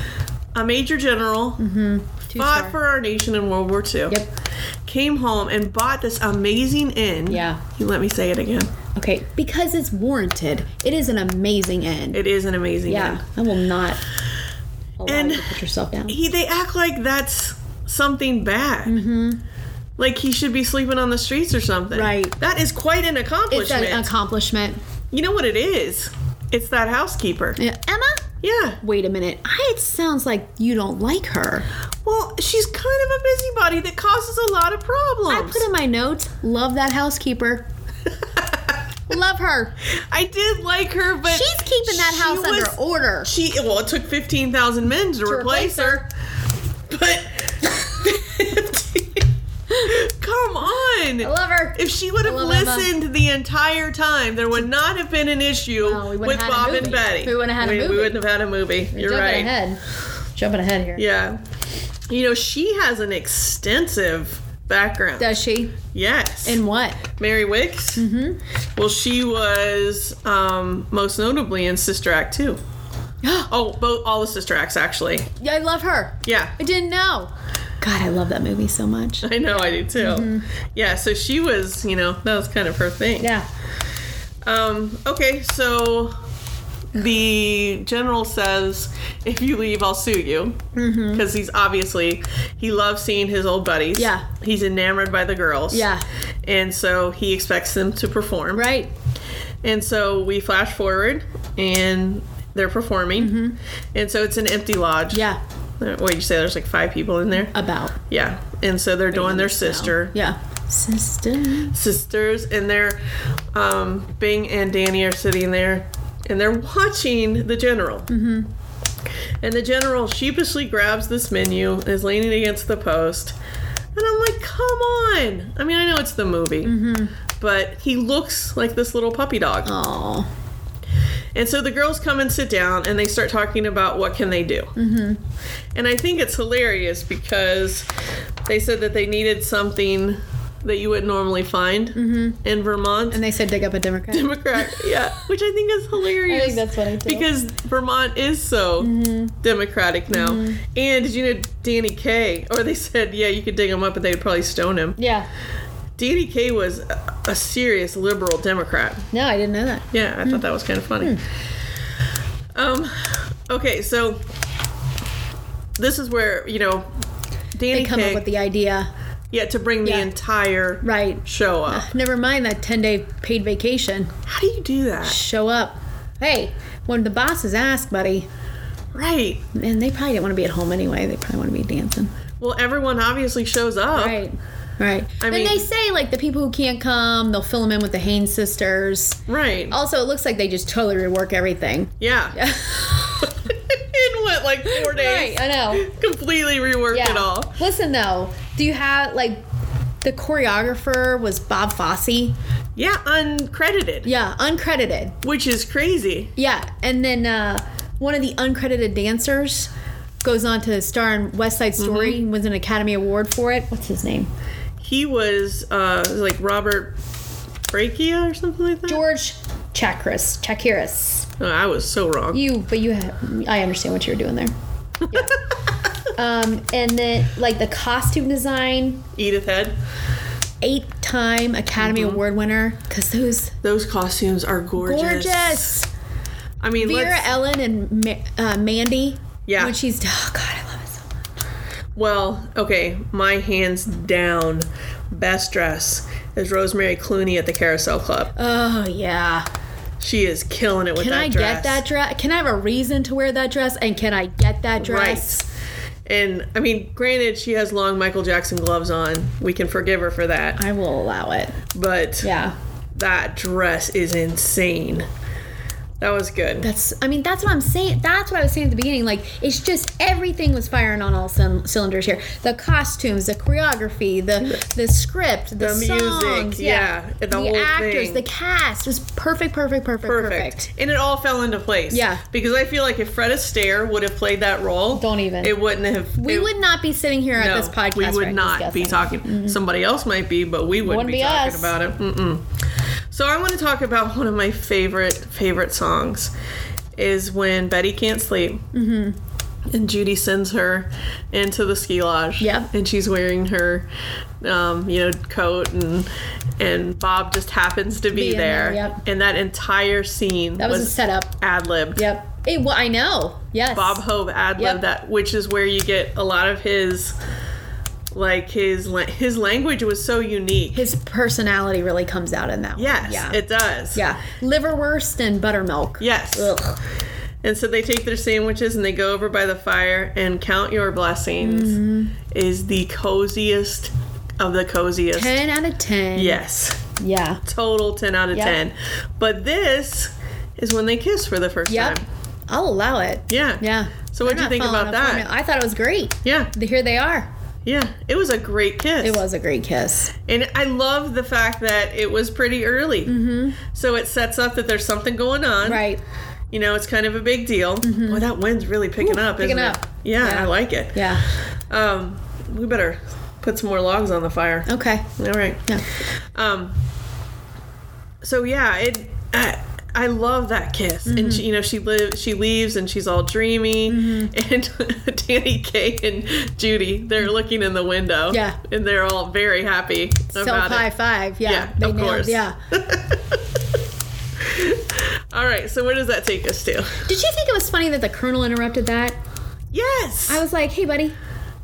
S2: A major general
S1: Two
S2: fought
S1: star.
S2: for our nation in World War II.
S1: Yep.
S2: Came home and bought this amazing inn.
S1: Yeah.
S2: You let me say it again.
S1: Okay. Because it's warranted. It is an amazing end.
S2: It is an amazing inn.
S1: yeah. I will not allow
S2: And-
S1: you to put yourself down.
S2: he they act like that's something bad.
S1: Mm-hmm.
S2: Like he should be sleeping on the streets or something.
S1: Right.
S2: That is quite an
S1: It's
S2: accomplishment.
S1: an accomplishment.
S2: you know what it is? It's that housekeeper.
S1: Yeah. Emma?
S2: Yeah.
S1: Wait a minute. I, it sounds like you don't like her.
S2: Well, she's kind of a busybody that causes a lot of
S1: I
S2: problems.
S1: put in my notes, love that housekeeper. love her.
S2: I did like her, but
S1: She's keeping that
S2: she
S1: house
S2: was-
S1: under order.
S2: She well, it took fifteen thousand men to,
S1: replace
S2: replace, her. But come on.
S1: I love her.
S2: If she would have
S1: love Emma.
S2: listened the entire time, there would not have been an issue
S1: Well, we
S2: with
S1: wouldn't have had a
S2: Bob and
S1: movie.
S2: Betty.
S1: We wouldn't have had a
S2: we, We
S1: movie.
S2: wouldn't have had a movie. You're
S1: Jumping
S2: right.
S1: ahead. Jumping ahead here.
S2: Yeah. You know, she has an extensive background.
S1: Does she?
S2: yes.
S1: In what?
S2: Mary Wicks? Mm-hmm. Well, she was um, most notably in Sister Act 2. oh, both, all the Sister Acts, actually.
S1: Yeah, I love her.
S2: Yeah.
S1: I didn't know. God, I love that movie so much.
S2: I know, I do too. Yeah, so she was, you know, that was kind of her thing.
S1: Mm-hmm. Yeah.
S2: Um, okay, so the general says, if you leave, I'll sue you. Because
S1: Mm-hmm.
S2: he's obviously, he loves seeing his old buddies.
S1: Yeah.
S2: He's enamored by the girls.
S1: Yeah.
S2: And so he expects them to perform.
S1: Right.
S2: And so we flash forward and they're performing. And so it's an empty lodge.
S1: Mm-hmm. Yeah.
S2: Uh, What you say? There's like five people in there.
S1: About.
S2: Yeah. Oh, And so they're doing their sister
S1: Yeah. Sister.
S2: sisters and they're um, Bing and Danny are sitting there and they're watching the general. Mm-hmm. And the general sheepishly grabs this menu and is leaning against the post. And I'm like, come on! I mean, I know it's the movie, but he looks like this little puppy dog.
S1: Oh.
S2: And so the girls come and sit down and they start talking about what can they do. Mm-hmm. And I think it's hilarious because they said that they needed something that you would normally find in Vermont.
S1: And they said dig up a Democrat.
S2: Democrat, yeah, which I think is hilarious.
S1: I think that's funny, too.
S2: Because Vermont is so democratic now. And did you know Danny Kaye? Or they said, yeah, you could dig him up, but they'd probably stone him.
S1: yeah.
S2: Danny Kaye was a, a serious liberal Democrat.
S1: No, I didn't know that.
S2: Yeah, I thought that was kind of
S1: Hmm.
S2: funny. Um, okay, so this is where you know Danny
S1: They come
S2: Kaye,
S1: up with the idea.
S2: yeah to bring the
S1: Yeah.
S2: entire
S1: Right.
S2: show up.
S1: Never mind that 10 day paid vacation.
S2: How do you do that?
S1: Show up. Hey, when the boss is ass, buddy.
S2: Right.
S1: And they probably didn't want to be at home anyway. They probably want to be dancing.
S2: Well, everyone obviously shows up.
S1: Right. Right.
S2: I
S1: and
S2: mean-
S1: they say like the people who can't come, they'll fill them in with the Haynes sisters.
S2: Right.
S1: Also, it looks like they just totally rework everything.
S2: Yeah. In what, like four days?
S1: right, I know.
S2: Completely reworked it all.
S1: Listen though, do you have like the choreographer was Bob Fosse?
S2: Yeah, uncredited,
S1: Yeah, uncredited.
S2: which is crazy.
S1: Yeah, and then uh, one of the uncredited dancers goes on to star in West Side Story and wins an Academy Award for it. What's his name?
S2: He was uh, like Robert Brachia or something like that.
S1: George Chakras. Chakiris.
S2: Oh, I was so wrong.
S1: You, but you, ha- I understand what you were doing there. Yeah. um, and then like the costume design,
S2: Edith Head.
S1: eight-time Academy
S2: Mm-hmm.
S1: Award winner, because those
S2: Those costumes are gorgeous.
S1: gorgeous.
S2: I mean,
S1: Vera
S2: let's,
S1: Ellen and Ma- uh, Mandy.
S2: Yeah.
S1: When she's oh god, I love it so much.
S2: well, okay, my hands down best dress is Rosemary Clooney at the Carousel Club.
S1: Oh yeah.
S2: She is killing it with
S1: Can
S2: that
S1: I
S2: dress.
S1: get that dress? Can I have a reason to wear that dress? And can I get that dress?
S2: And I mean, granted, she has long Michael Jackson gloves on. We can forgive her for that.
S1: I will allow it.
S2: But
S1: Yeah.
S2: that dress is insane. That was good.
S1: That's. I mean, that's what I'm saying. That's what I was saying at the beginning. Like, it's just everything was firing on all cyn- cylinders here. The costumes, the choreography, the the script, the,
S2: The music,
S1: songs,
S2: yeah, the whole
S1: actors,
S2: thing.
S1: the cast was perfect, perfect, perfect, perfect.
S2: And it all fell into place.
S1: Yeah.
S2: Because I feel like if Fred Astaire would have played that role,
S1: Don't even.
S2: It wouldn't have.
S1: We
S2: it-
S1: would not be sitting here at
S2: no,
S1: this podcast.
S2: We would
S1: right now
S2: not be
S1: discussing.
S2: talking. Somebody else might be, but we wouldn't,
S1: Wouldn't
S2: be,
S1: be
S2: talking
S1: us.
S2: about it. Mm-mm. So I want to talk about one of my favorite favorite songs is when Betty can't sleep. And Judy sends her into the ski lodge.
S1: Mm-hmm. Yep.
S2: And she's wearing her, um, you know, coat and and Bob just happens to be,
S1: Be in
S2: there.
S1: there, yep.
S2: And that entire scene
S1: That was, a setup.
S2: ad lib.
S1: Yep. Hey, well, I know. Yes.
S2: Bob Hope ad lib
S1: Yep.
S2: that, which is where you get a lot of his, like his la- his language was so unique.
S1: His personality really comes out in that. one.
S2: yes,
S1: Yeah.
S2: it does.
S1: yeah. Liverwurst and buttermilk.
S2: Yes.
S1: Ugh.
S2: And so they take their sandwiches and they go over by the fire and count your blessings
S1: Mm-hmm.
S2: is the coziest of the coziest.
S1: Ten out of ten.
S2: Yes,
S1: Yeah.
S2: total ten out of
S1: Yep.
S2: ten. But this is when they kiss for the first
S1: Yep.
S2: time.
S1: I'll allow it.
S2: Yeah.
S1: Yeah.
S2: So what'd
S1: They're
S2: you
S1: not
S2: think
S1: following
S2: about
S1: a
S2: that?
S1: formula. I thought it was great.
S2: Yeah,
S1: Here they are.
S2: yeah. It was a great kiss.
S1: It was a great kiss.
S2: And I love the fact that it was pretty early. Mm-hmm. So it sets up that there's something going on.
S1: Right. Mm-hmm.
S2: You know, it's kind of a big deal. Boy, that wind's really picking up,
S1: picking
S2: isn't
S1: up.
S2: it? Yeah,
S1: Yeah.
S2: I like it.
S1: Yeah.
S2: Um, we better put some more logs on the fire.
S1: Okay.
S2: All right.
S1: Oh. Yeah.
S2: Um, so yeah, it. I, I love that kiss,
S1: Mm-hmm.
S2: and she, you know she live she leaves, and she's all dreamy,
S1: Mm-hmm.
S2: and Danny Kaye and Judy they're looking in the window,
S1: Yeah.
S2: and they're all very happy
S1: Self
S2: about
S1: high
S2: it.
S1: five. Yeah.
S2: Yeah,
S1: They
S2: of
S1: nailed.
S2: course.
S1: Yeah.
S2: All right, so where does that take us to?
S1: Did you think it was funny that the colonel interrupted that?
S2: Yes,
S1: I was like, hey, buddy.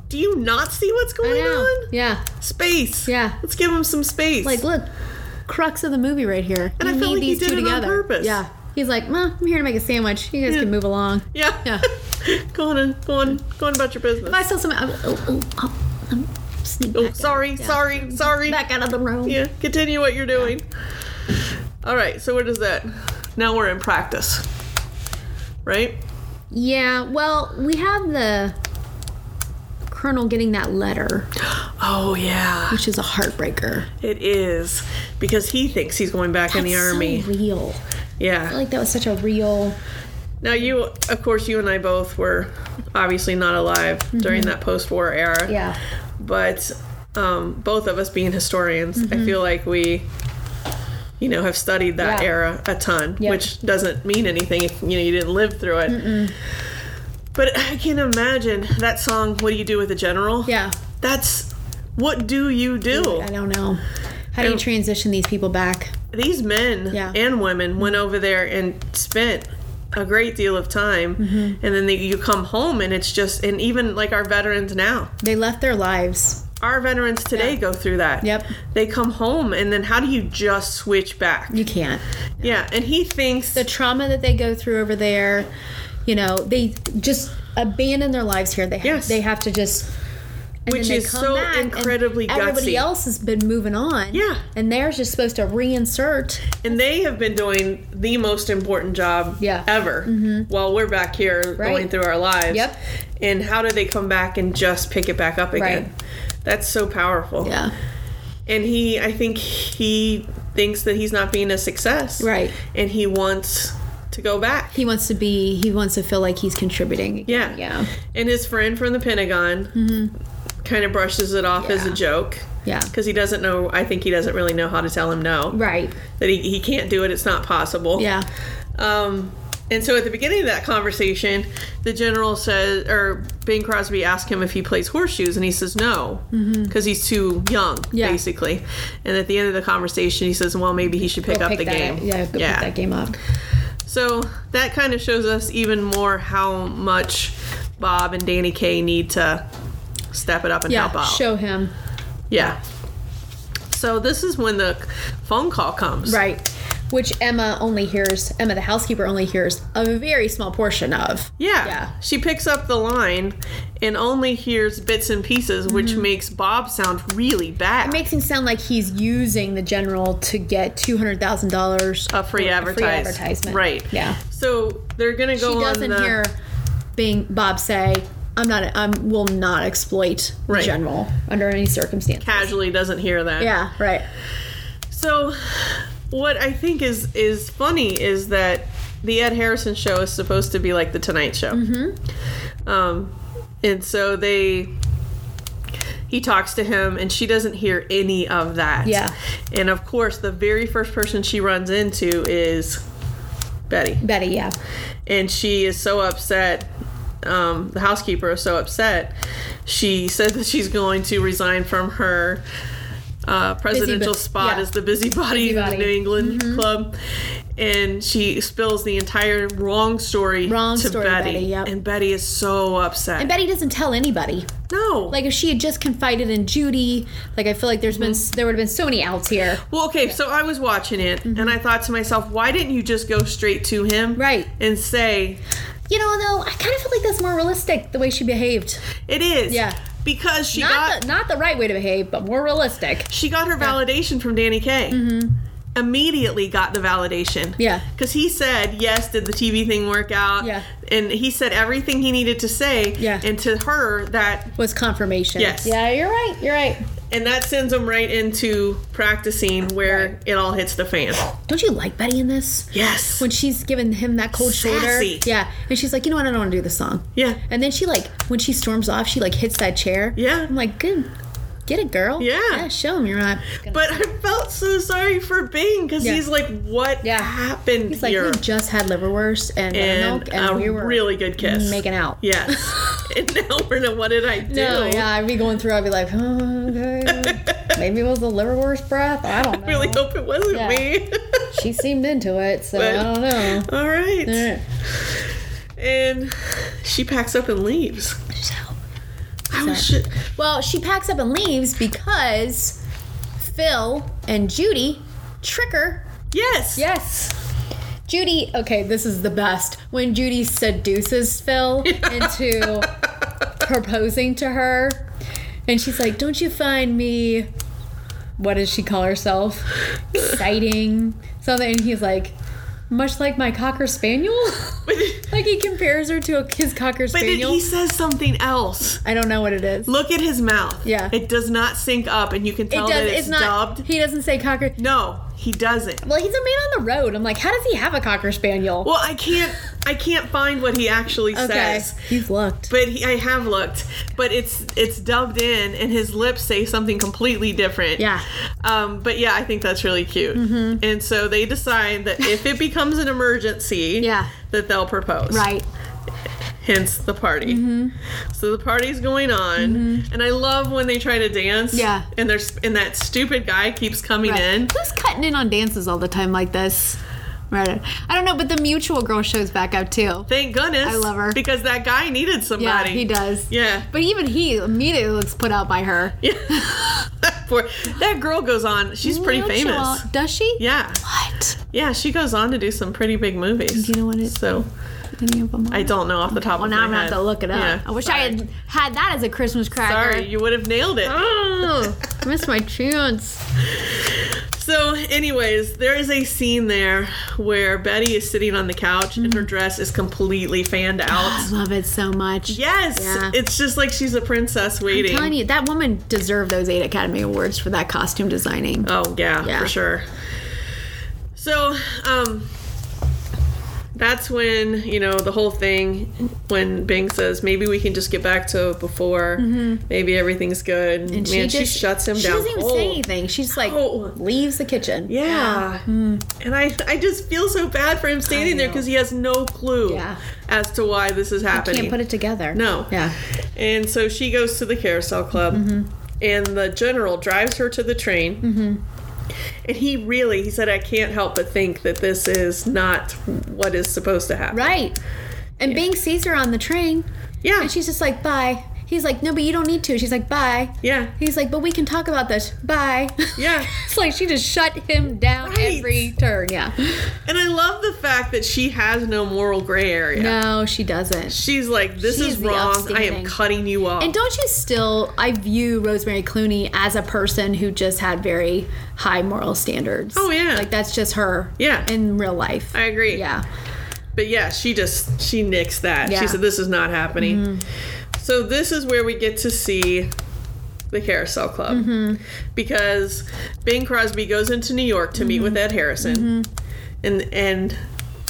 S2: do you not see what's
S1: I
S2: going
S1: know.
S2: on?
S1: Yeah.
S2: Space.
S1: Yeah.
S2: let's give him some space.
S1: Like, look, crux of the movie right here.
S2: And I
S1: You
S2: feel
S1: need
S2: like he
S1: these
S2: did
S1: two
S2: it on
S1: together.
S2: purpose.
S1: Yeah. He's like, Mom, I'm here to make a sandwich. You guys
S2: Yeah.
S1: can move along.
S2: yeah,
S1: Yeah.
S2: go on, and, go on, go on about your business.
S1: If I saw something, I would, oh, oh, oh, I'm sneak
S2: Oh,
S1: back
S2: sorry,
S1: out. Yeah.
S2: sorry, sorry.
S1: Back out of the room.
S2: Yeah, continue what you're doing. All right, so where does that? Now we're in practice, right?
S1: Yeah, Well, we have the colonel getting that letter,
S2: Oh yeah,
S1: which is a heartbreaker.
S2: it is because he thinks he's going back in the
S1: That's so
S2: army.
S1: real. I feel
S2: Yeah.
S1: like that was such a real.
S2: Now you, of course, you and I both were obviously not alive during that post-war era.
S1: Mm-hmm. Yeah.
S2: But um, both of us being historians,
S1: Mm-hmm.
S2: I feel like we. You know, have studied that
S1: Yeah.
S2: era a ton,
S1: Yeah.
S2: which doesn't mean anything if you know you didn't live through it. But I can imagine that song, What Do You Do with a General?
S1: Yeah.
S2: That's what do you do?
S1: I don't know. How do you
S2: And-
S1: transition these people back?
S2: These men
S1: Yeah.
S2: and women went over there and spent a great deal of time.
S1: Mm-hmm.
S2: And then they, you come home and it's just, and even like our veterans now,
S1: They left their lives.
S2: our veterans today
S1: Yeah.
S2: go through that.
S1: Yep.
S2: They come home and then how do you just switch back?
S1: You can't.
S2: yeah, and he thinks
S1: The trauma that they go through over there, you know, they just abandon their lives here. They have,
S2: Yes.
S1: they have to just. and
S2: Which
S1: then they
S2: is
S1: come
S2: so
S1: back and
S2: incredibly gutsy.
S1: Everybody else has been moving on.
S2: Yeah.
S1: And they're just supposed to reinsert.
S2: and they have been doing the most important job
S1: Yeah. Mm-hmm.
S2: ever while we're back here
S1: Right.
S2: going through our lives.
S1: Yep.
S2: And how do they come back and just pick it back up again?
S1: Right.
S2: That's so powerful.
S1: Yeah.
S2: And he I think he thinks that he's not being a success.
S1: Right.
S2: And he wants to go back.
S1: He wants to be, he wants to feel like he's contributing.
S2: Yeah.
S1: Yeah. Mm-hmm.
S2: And his friend from the Pentagon kind of brushes it off as a
S1: Yeah.
S2: joke.
S1: Yeah.
S2: Because he doesn't know, I think he doesn't really know how to tell him no.
S1: Right.
S2: That he, he can't do it, it's not possible.
S1: Yeah.
S2: Um, and so at the beginning of that conversation, the general says, or Bing Crosby asks him if he plays horseshoes, and he says no, because he's too young,
S1: Mm-hmm. Yeah.
S2: basically. And at the end of the conversation, he says, well, maybe he should pick
S1: Go
S2: up the
S1: that
S2: game.
S1: Yeah, go pick that game up.
S2: So that kind of shows us even more how much Bob and Danny Kaye need to step it up and help
S1: Yeah,
S2: out.
S1: show him.
S2: Yeah. So this is when the phone call comes.
S1: Right. Which Emma only hears, Emma the housekeeper only hears a very small portion of.
S2: Yeah.
S1: Yeah.
S2: She picks up the line and only hears bits and pieces, which makes Bob sound really bad.
S1: Mm-hmm. It makes him sound like he's using the general to get $200,000.
S2: a free,
S1: for
S2: advertise.
S1: advertisement.
S2: Right.
S1: Yeah.
S2: So they're gonna go
S1: She
S2: on
S1: doesn't
S2: the-
S1: hear being Bob say, I'm not, I will not exploit the
S2: Right.
S1: general under any circumstance.
S2: casually doesn't hear that.
S1: Yeah, right.
S2: So, what I think is is funny is that the Ed Harrison show is supposed to be like the Tonight Show, um, and so they he talks to him, and she doesn't hear any of that.
S1: Yeah.
S2: and of course, the very first person she runs into is Betty,
S1: Betty, yeah.
S2: and she is so upset. Um, the housekeeper is so upset. She says that she's going to resign from her uh, presidential spot
S1: yeah.
S2: as the busybody, in the
S1: Busybody. Mm-hmm.
S2: New England club. And she spills the entire wrong story
S1: Wrong
S2: to
S1: story,
S2: Betty.
S1: Betty, yep.
S2: And Betty is so upset.
S1: And Betty doesn't tell anybody.
S2: no.
S1: Like if she had just confided in Judy, like I feel like there's
S2: Mm.
S1: been there would have been so many outs here.
S2: well, okay, so I was watching it
S1: Mm-hmm.
S2: and I thought to myself, why didn't you just go straight to him?
S1: Right.
S2: And say,
S1: You know, though, I kind of feel like that's more realistic the way she behaved.
S2: it is.
S1: Yeah.
S2: Because she
S1: Not
S2: got
S1: the, not the right way to behave, but more realistic.
S2: she got her validation from Danny Kaye. Immediately got the validation.
S1: Mm-hmm. Yeah.
S2: Because he said, yes, did the TV thing work out?
S1: Yeah.
S2: And he said everything he needed to say.
S1: Yeah.
S2: And to her, that,
S1: Was confirmation.
S2: Yes.
S1: Yeah, you're right. You're right.
S2: and that sends him right into practicing where it all hits the fan.
S1: Don't you like Betty in this?
S2: Yes.
S1: When she's giving him that cold shoulder.
S2: Sassy.
S1: Yeah. And she's like, you know what? I don't want to do this song.
S2: yeah.
S1: And then she like when she storms off, she like hits that chair.
S2: Yeah.
S1: I'm like, good, get it, girl.
S2: Yeah.
S1: Yeah. Show him you're not. Gonna
S2: But I felt so sorry for Bing because
S1: Yeah.
S2: he's like, what
S1: Yeah.
S2: happened
S1: He's like,
S2: here?
S1: we just had liverwurst and,
S2: and
S1: milk, and
S2: a
S1: we were
S2: really good kiss.
S1: making out.
S2: Yes. and now we're in a what did I do?
S1: No, yeah, I'd be going through. I'd be like, oh, okay, maybe it was the liverwurst breath. I don't know.
S2: really hope it wasn't
S1: Yeah.
S2: me.
S1: She seemed into it, so I don't know.
S2: All right.
S1: All right.
S2: And she packs up and leaves.
S1: So-
S2: I was shit.
S1: Well, she packs up and leaves because Phil and Judy trick her.
S2: Yes.
S1: Yes. Judy, okay, this is the best. When Judy seduces Phil into proposing to her, and she's like, Don't you find me, what does she call herself? Exciting. Something. And he's like, Much like my Cocker Spaniel?
S2: But,
S1: like he compares her to a, his Cocker
S2: but then
S1: Spaniel.
S2: he says something else.
S1: I don't know what it is.
S2: Look at his mouth.
S1: Yeah.
S2: It does not sync up, and you can
S1: It
S2: tell
S1: does.
S2: that it's,
S1: It's not.
S2: dubbed.
S1: He doesn't say cocker.
S2: No, he doesn't.
S1: Well, he's a man on the road. I'm like, how does he have a cocker spaniel?
S2: Well, I can't. I can't find what he actually
S1: okay,
S2: says.
S1: he's looked.
S2: But he, I have looked. But it's it's dubbed in, and his lips say something completely different.
S1: Yeah. Mm-hmm.
S2: Um, but yeah, I think that's really cute. And so they decide that if it becomes an emergency,
S1: Yeah.
S2: that they'll propose.
S1: Right. Mm-hmm.
S2: hence the party. So the party's going on, and I love when they try to dance.
S1: Yeah.
S2: and there's and that stupid guy keeps coming
S1: Right.
S2: in.
S1: Who's cutting in on dances all the time like this? Right. I don't know, but the mutual girl shows back up too.
S2: Thank goodness.
S1: I love her.
S2: Because that guy needed
S1: Yeah,
S2: somebody.
S1: he does.
S2: Yeah.
S1: But even he immediately looks put out by her.
S2: Yeah. Poor, that girl goes on. She's pretty
S1: Mutual.
S2: famous.
S1: Does she?
S2: Yeah.
S1: What?
S2: Yeah, she goes on to do some pretty big movies.
S1: Do you know what it-
S2: So
S1: Any of them?
S2: I don't know off the top
S1: Well,
S2: of
S1: now
S2: my
S1: I'm gonna
S2: head.
S1: have to look it up.
S2: Yeah,
S1: I wish I
S2: sorry.
S1: had had that as a Christmas cracker.
S2: Sorry, you would have nailed it.
S1: Oh, missed my chance.
S2: So, anyways, there is a scene there where Betty is sitting on the couch and
S1: Mm.
S2: her dress is completely fanned
S1: I
S2: out.
S1: love it so much.
S2: yes,
S1: Yeah.
S2: it's just like she's a princess
S1: I'm
S2: waiting.
S1: telling you, that woman deserved those eight Academy Awards for that costume designing.
S2: Oh yeah,
S1: Yeah.
S2: for sure. So, um that's when, you know, the whole thing when Bing says, Maybe we can just get back to before, maybe everything's good. And Man, she, shuts him
S1: Mm-hmm. she
S2: down.
S1: doesn't even
S2: cold.
S1: say anything. She's like
S2: Cold.
S1: leaves the kitchen.
S2: Yeah. And I, I just feel so bad for him standing there
S1: Mm. know.
S2: because he has no clue
S1: Yeah.
S2: as to why this is happening.
S1: Can't put it together.
S2: No.
S1: Yeah. Mm-hmm.
S2: And so she goes to the carousel club, and the general drives her to the train. And he really, he said, I can't help but think that this is not what is supposed to happen.
S1: Right. And Bing sees her on the train
S2: Yeah.
S1: and she's just like, bye. He's like, no, but you don't need to. She's like, bye.
S2: yeah.
S1: He's like, but we can talk about this. Bye.
S2: Yeah.
S1: it's like she just shut him down
S2: Right.
S1: every turn. Yeah.
S2: And I love the fact that she has no moral gray area.
S1: No, she doesn't.
S2: She's like, this
S1: She's
S2: is
S1: the
S2: wrong. I am
S1: upstanding.
S2: cutting you off.
S1: And don't you still? I view Rosemary Clooney as a person who just had very high moral standards.
S2: Oh, yeah.
S1: like that's just her.
S2: Yeah.
S1: in real life.
S2: I agree.
S1: Yeah,
S2: But yeah, she just she nixed that.
S1: Yeah. Mm-hmm.
S2: She said this is not happening. So this is where we get to see the Carousel Club
S1: Mm-hmm.
S2: because Bing Crosby goes into New York to
S1: Mm-hmm.
S2: meet with Ed Harrison, and and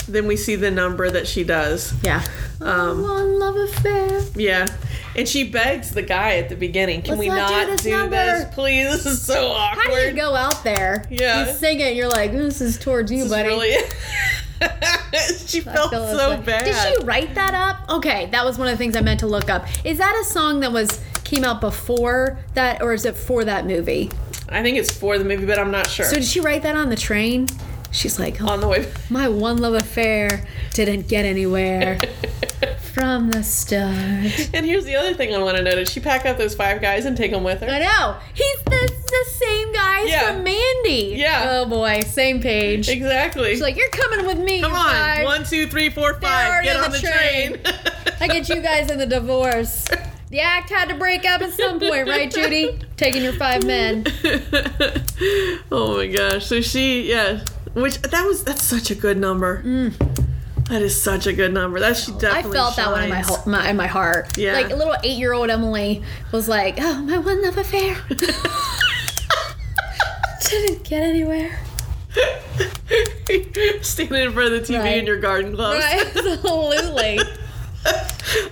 S2: then we see the number that she does.
S1: yeah.
S2: Um,
S1: one love affair.
S2: Yeah. And she begs the guy at the beginning, "Can
S1: Let's
S2: we
S1: not
S2: not,
S1: do this
S2: do
S1: number."
S2: this, please? This is so awkward."
S1: How do you go out there?
S2: Yeah.
S1: you sing it. You're like, this is towards you,
S2: This is
S1: buddy.
S2: really- she
S1: I
S2: felt
S1: feel it's
S2: so
S1: like-
S2: bad.
S1: Did she write that up? Okay, that was one of the things I meant to look up. Is that a song that was came out before that, or is it for that movie?
S2: I think it's for the movie, but I'm not sure.
S1: So did she write that on the train? She's like, oh,
S2: On the way.
S1: My one love affair didn't get anywhere from the start.
S2: And here's the other thing I want to know: Did she pack up those five guys and take them with her?
S1: I know. He's the, the same guy
S2: Yeah.
S1: from Mandy.
S2: Yeah.
S1: Oh boy, same page.
S2: Exactly.
S1: She's like, you're coming with me.
S2: Come
S1: you
S2: on,
S1: guys.
S2: one, two, three, four, five.
S1: already
S2: Get
S1: on
S2: on
S1: the
S2: the, train.
S1: I get you guys in the divorce. The act had to break up at some point, right, Judy? Taking your five men.
S2: oh my gosh! So she, yeah. Which that was that's such a good number. That is such a good number. That she
S1: Mm. I
S2: definitely.
S1: felt that one in my,
S2: shines.
S1: ho- my in my heart.
S2: Yeah.
S1: Like little eight year old Emily was like, "Oh, my one love affair." Didn't get anywhere.
S2: Standing in front of the TV
S1: Right.
S2: in your garden gloves.
S1: Absolutely.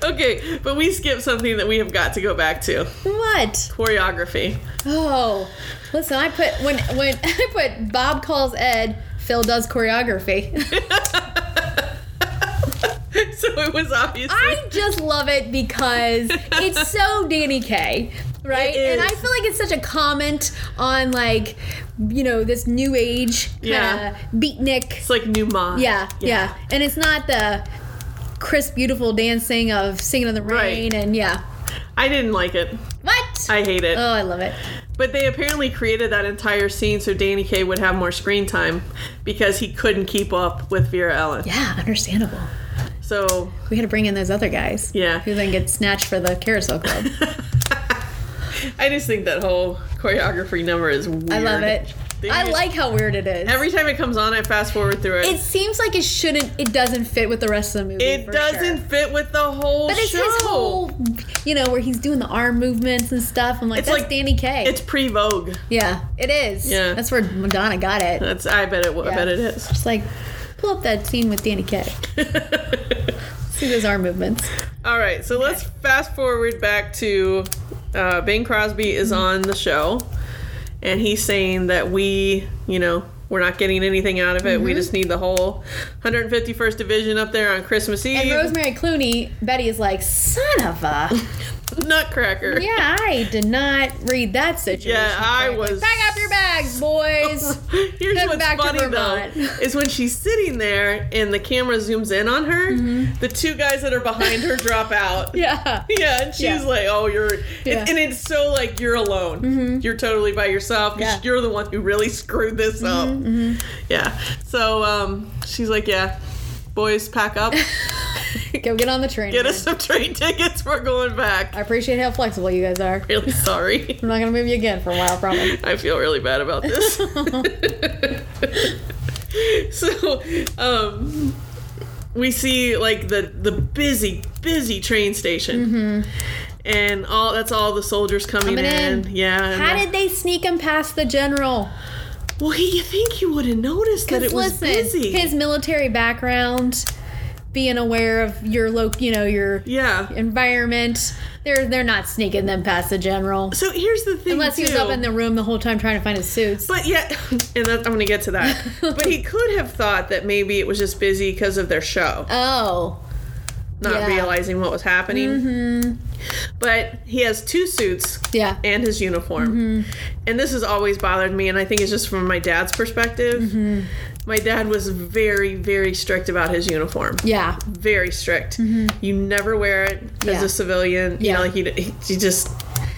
S2: okay, but we skipped something that we have got to go back to
S1: what?
S2: choreography.
S1: Oh, listen. I put when when I put Bob calls Ed. Phil does choreography.
S2: so it was obviously.
S1: I just love it because it's so Danny Kaye, right?
S2: It
S1: And I
S2: is.
S1: feel like it's such a comment on like, you know, this new age kind of
S2: Yeah.
S1: beatnik
S2: It's like new mom.
S1: Yeah, yeah, And it's not the crisp, beautiful dancing of singing in the rain
S2: Right.
S1: and yeah.
S2: I didn't like it.
S1: What?
S2: I hate it.
S1: oh, I love it.
S2: but they apparently created that entire scene so Danny Kaye would have more screen time because he couldn't keep up with Vera Ellen.
S1: Yeah, understandable.
S2: So
S1: We had to bring in those other guys.
S2: Yeah.
S1: Who then get snatched for the carousel club.
S2: I just think that whole choreography number is weird.
S1: I love it.
S2: They-
S1: I like how weird it is.
S2: Every time it comes on, I fast forward through it.
S1: it seems like it shouldn't. It doesn't fit with the rest of the movie.
S2: it
S1: for
S2: doesn't
S1: sure.
S2: fit with the whole
S1: But it's
S2: show.
S1: his whole, you know, where he's doing the arm movements and stuff. I'm like,
S2: It's
S1: that's
S2: like-
S1: Danny Kaye.
S2: it's pre Vogue.
S1: yeah, it is.
S2: Yeah.
S1: That's where Madonna got it.
S2: That's I bet it. w I
S1: Yeah.
S2: bet it is.
S1: Just like pull up that scene with Danny Kaye. See those arm movements.
S2: All right, so let's fast forward back to
S1: Mm-hmm.
S2: uh, Bing Crosby is on the show, and he's saying that we, you know, We're not getting anything out of it.
S1: Mm-hmm.
S2: We just need the whole 151st Division up there on Christmas Eve.
S1: And Rosemary Clooney, Betty is like, son of a.
S2: Nutcracker.
S1: Yeah, I did not read that situation.
S2: Yeah, I
S1: correctly.
S2: was-
S1: Pack up your bags, boys.
S2: Here's
S1: Heading
S2: what's
S1: back to
S2: funny though
S1: Vermont.
S2: is when she's sitting there and the camera zooms in on her, the two guys that are behind her drop out.
S1: Mm-hmm. yeah.
S2: Yeah, and she's
S1: Yeah.
S2: like, "Oh, you're," and-
S1: Yeah. Mm-hmm.
S2: and, it's so like you're alone. You're totally by yourself because
S1: Yeah. Mm-hmm,
S2: you're the one who really screwed this up. Yeah. So um, she's like, "Yeah, boys, pack up,
S1: Go get on the train.
S2: get
S1: man.
S2: us some train tickets. We're going back."
S1: I appreciate how flexible you guys are.
S2: Really sorry.
S1: I'm not going to move you again for a while, probably.
S2: I feel really bad about this. so, um, we see like the the busy, busy train station, and all that's all the soldiers coming,
S1: Mm-hmm. Coming in.
S2: Yeah. and
S1: How
S2: the-
S1: did they sneak him past the general?
S2: well, he, you think he would have noticed that it was
S1: listen,
S2: busy?
S1: his military background, being aware of your lo- you know, your
S2: yeah.
S1: environment, they're they're not sneaking them past the general.
S2: So here's the thing.
S1: Unless he was
S2: too.
S1: up in the room the whole time trying to find his suits.
S2: But yet, and that, I'm going to get to that. but he could have thought that maybe it was just busy because of their show.
S1: oh,
S2: not
S1: Yeah. Mm-hmm.
S2: realizing what was happening. But he has two suits
S1: yeah.
S2: and his uniform.
S1: Mm-hmm.
S2: And this has always bothered me, and I think it's just from my dad's perspective.
S1: Mm-hmm.
S2: My dad was very, very strict about his uniform.
S1: yeah.
S2: Very strict. You never wear it as
S1: Mm-hmm. Yeah.
S2: a civilian. You
S1: Yeah.
S2: know, like you, you just.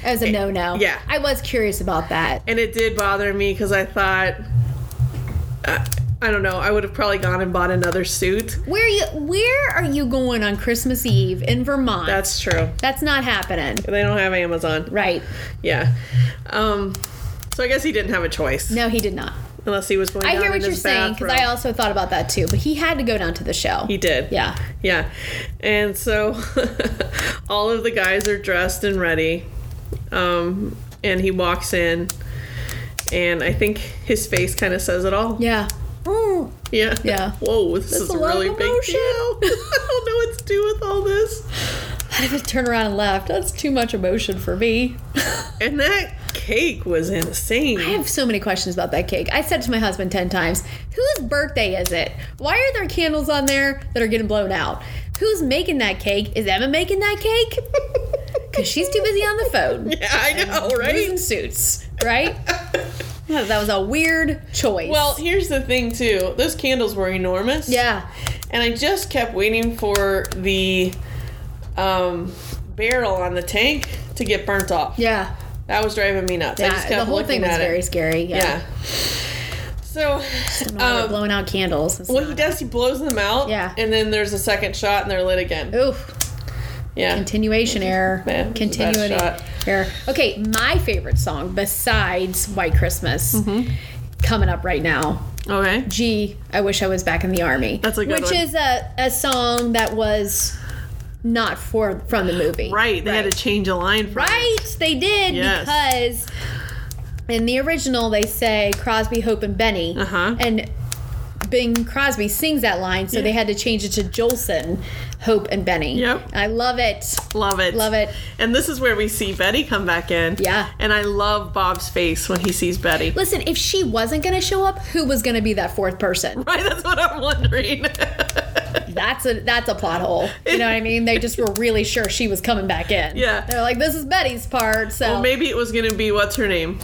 S1: As a no no.
S2: Eh. yeah. Eh.
S1: I was curious about that.
S2: And it did bother me because I thought. I I don't know. I would have probably gone and bought another suit.
S1: Where you where are you going on Christmas Eve in Vermont?
S2: That's true.
S1: That's not happening.
S2: They don't have Amazon.
S1: Right.
S2: Yeah. Um, so I guess he didn't have a choice
S1: No, he did not.
S2: unless he was going.
S1: I
S2: down
S1: hear
S2: in
S1: what you're
S2: his
S1: saying because I
S2: bathroom.
S1: also thought about that too, but he had to go down to the show.
S2: he did.
S1: yeah.
S2: Yeah. And so all of the guys are dressed and ready, um, and he walks in, and I think his face kind of says it all.
S1: Yeah. Mm.
S2: Yeah.
S1: Yeah.
S2: Whoa, this is
S1: a
S2: a
S1: lot of
S2: really big deal.
S1: emotion.
S2: I don't know what to do with all this.
S1: I just turned around and left. That's too much emotion for me.
S2: And that cake was insane.
S1: I have so many questions about that cake. I said to my husband 10 times, whose birthday is it? Why are there candles on there that are getting blown out? Who's making that cake? Is Emma making that cake? Because she's too busy on the phone.
S2: yeah, I know, right?
S1: Losing suits, right? Yeah, that was a weird choice.
S2: Well, here's the thing too. Those candles were enormous.
S1: yeah.
S2: And I just kept waiting for the um, barrel on the tank to get burnt off.
S1: Yeah.
S2: That was driving me nuts. I just
S1: yeah
S2: kept
S1: the whole
S2: looking
S1: thing was
S2: at
S1: very
S2: it.
S1: scary. Yeah.
S2: Yeah. So,
S1: yeah.
S2: um,
S1: blowing out candles. It's
S2: what he
S1: not-
S2: does, he blows them out.
S1: Yeah.
S2: And then there's a second shot, and they're lit again.
S1: Oof.
S2: Yeah.
S1: Continuation error.
S2: Man, this is a bad
S1: Continuity
S2: shot.
S1: error. Okay, my favorite song besides White Christmas
S2: Mm-hmm.
S1: coming up right now.
S2: Okay.
S1: Gee, I wish I was back in the army.
S2: That's a good
S1: Which
S2: one.
S1: is a, a song that was not for from the movie.
S2: Right. They had to change a line. From
S1: Right, they did
S2: Yes.
S1: because in the original they say Crosby, Hope, and Benny,
S2: Uh-huh.
S1: and Bing Crosby sings that line, so they had to change it to Jolson, Hope, and Benny.
S2: Yep.
S1: I love it.
S2: Love it.
S1: Love it.
S2: And this is where we see Betty come back in.
S1: Yeah.
S2: And I love Bob's face when he sees Betty.
S1: Listen, if she wasn't going to show up, who was going to be that fourth person?
S2: Right. That's what I'm wondering.
S1: That's a that's a plot hole. You know what I mean? They just were really sure she was coming back in.
S2: Yeah.
S1: They're like, this is Betty's part. So
S2: Well, maybe it was gonna be what's her name,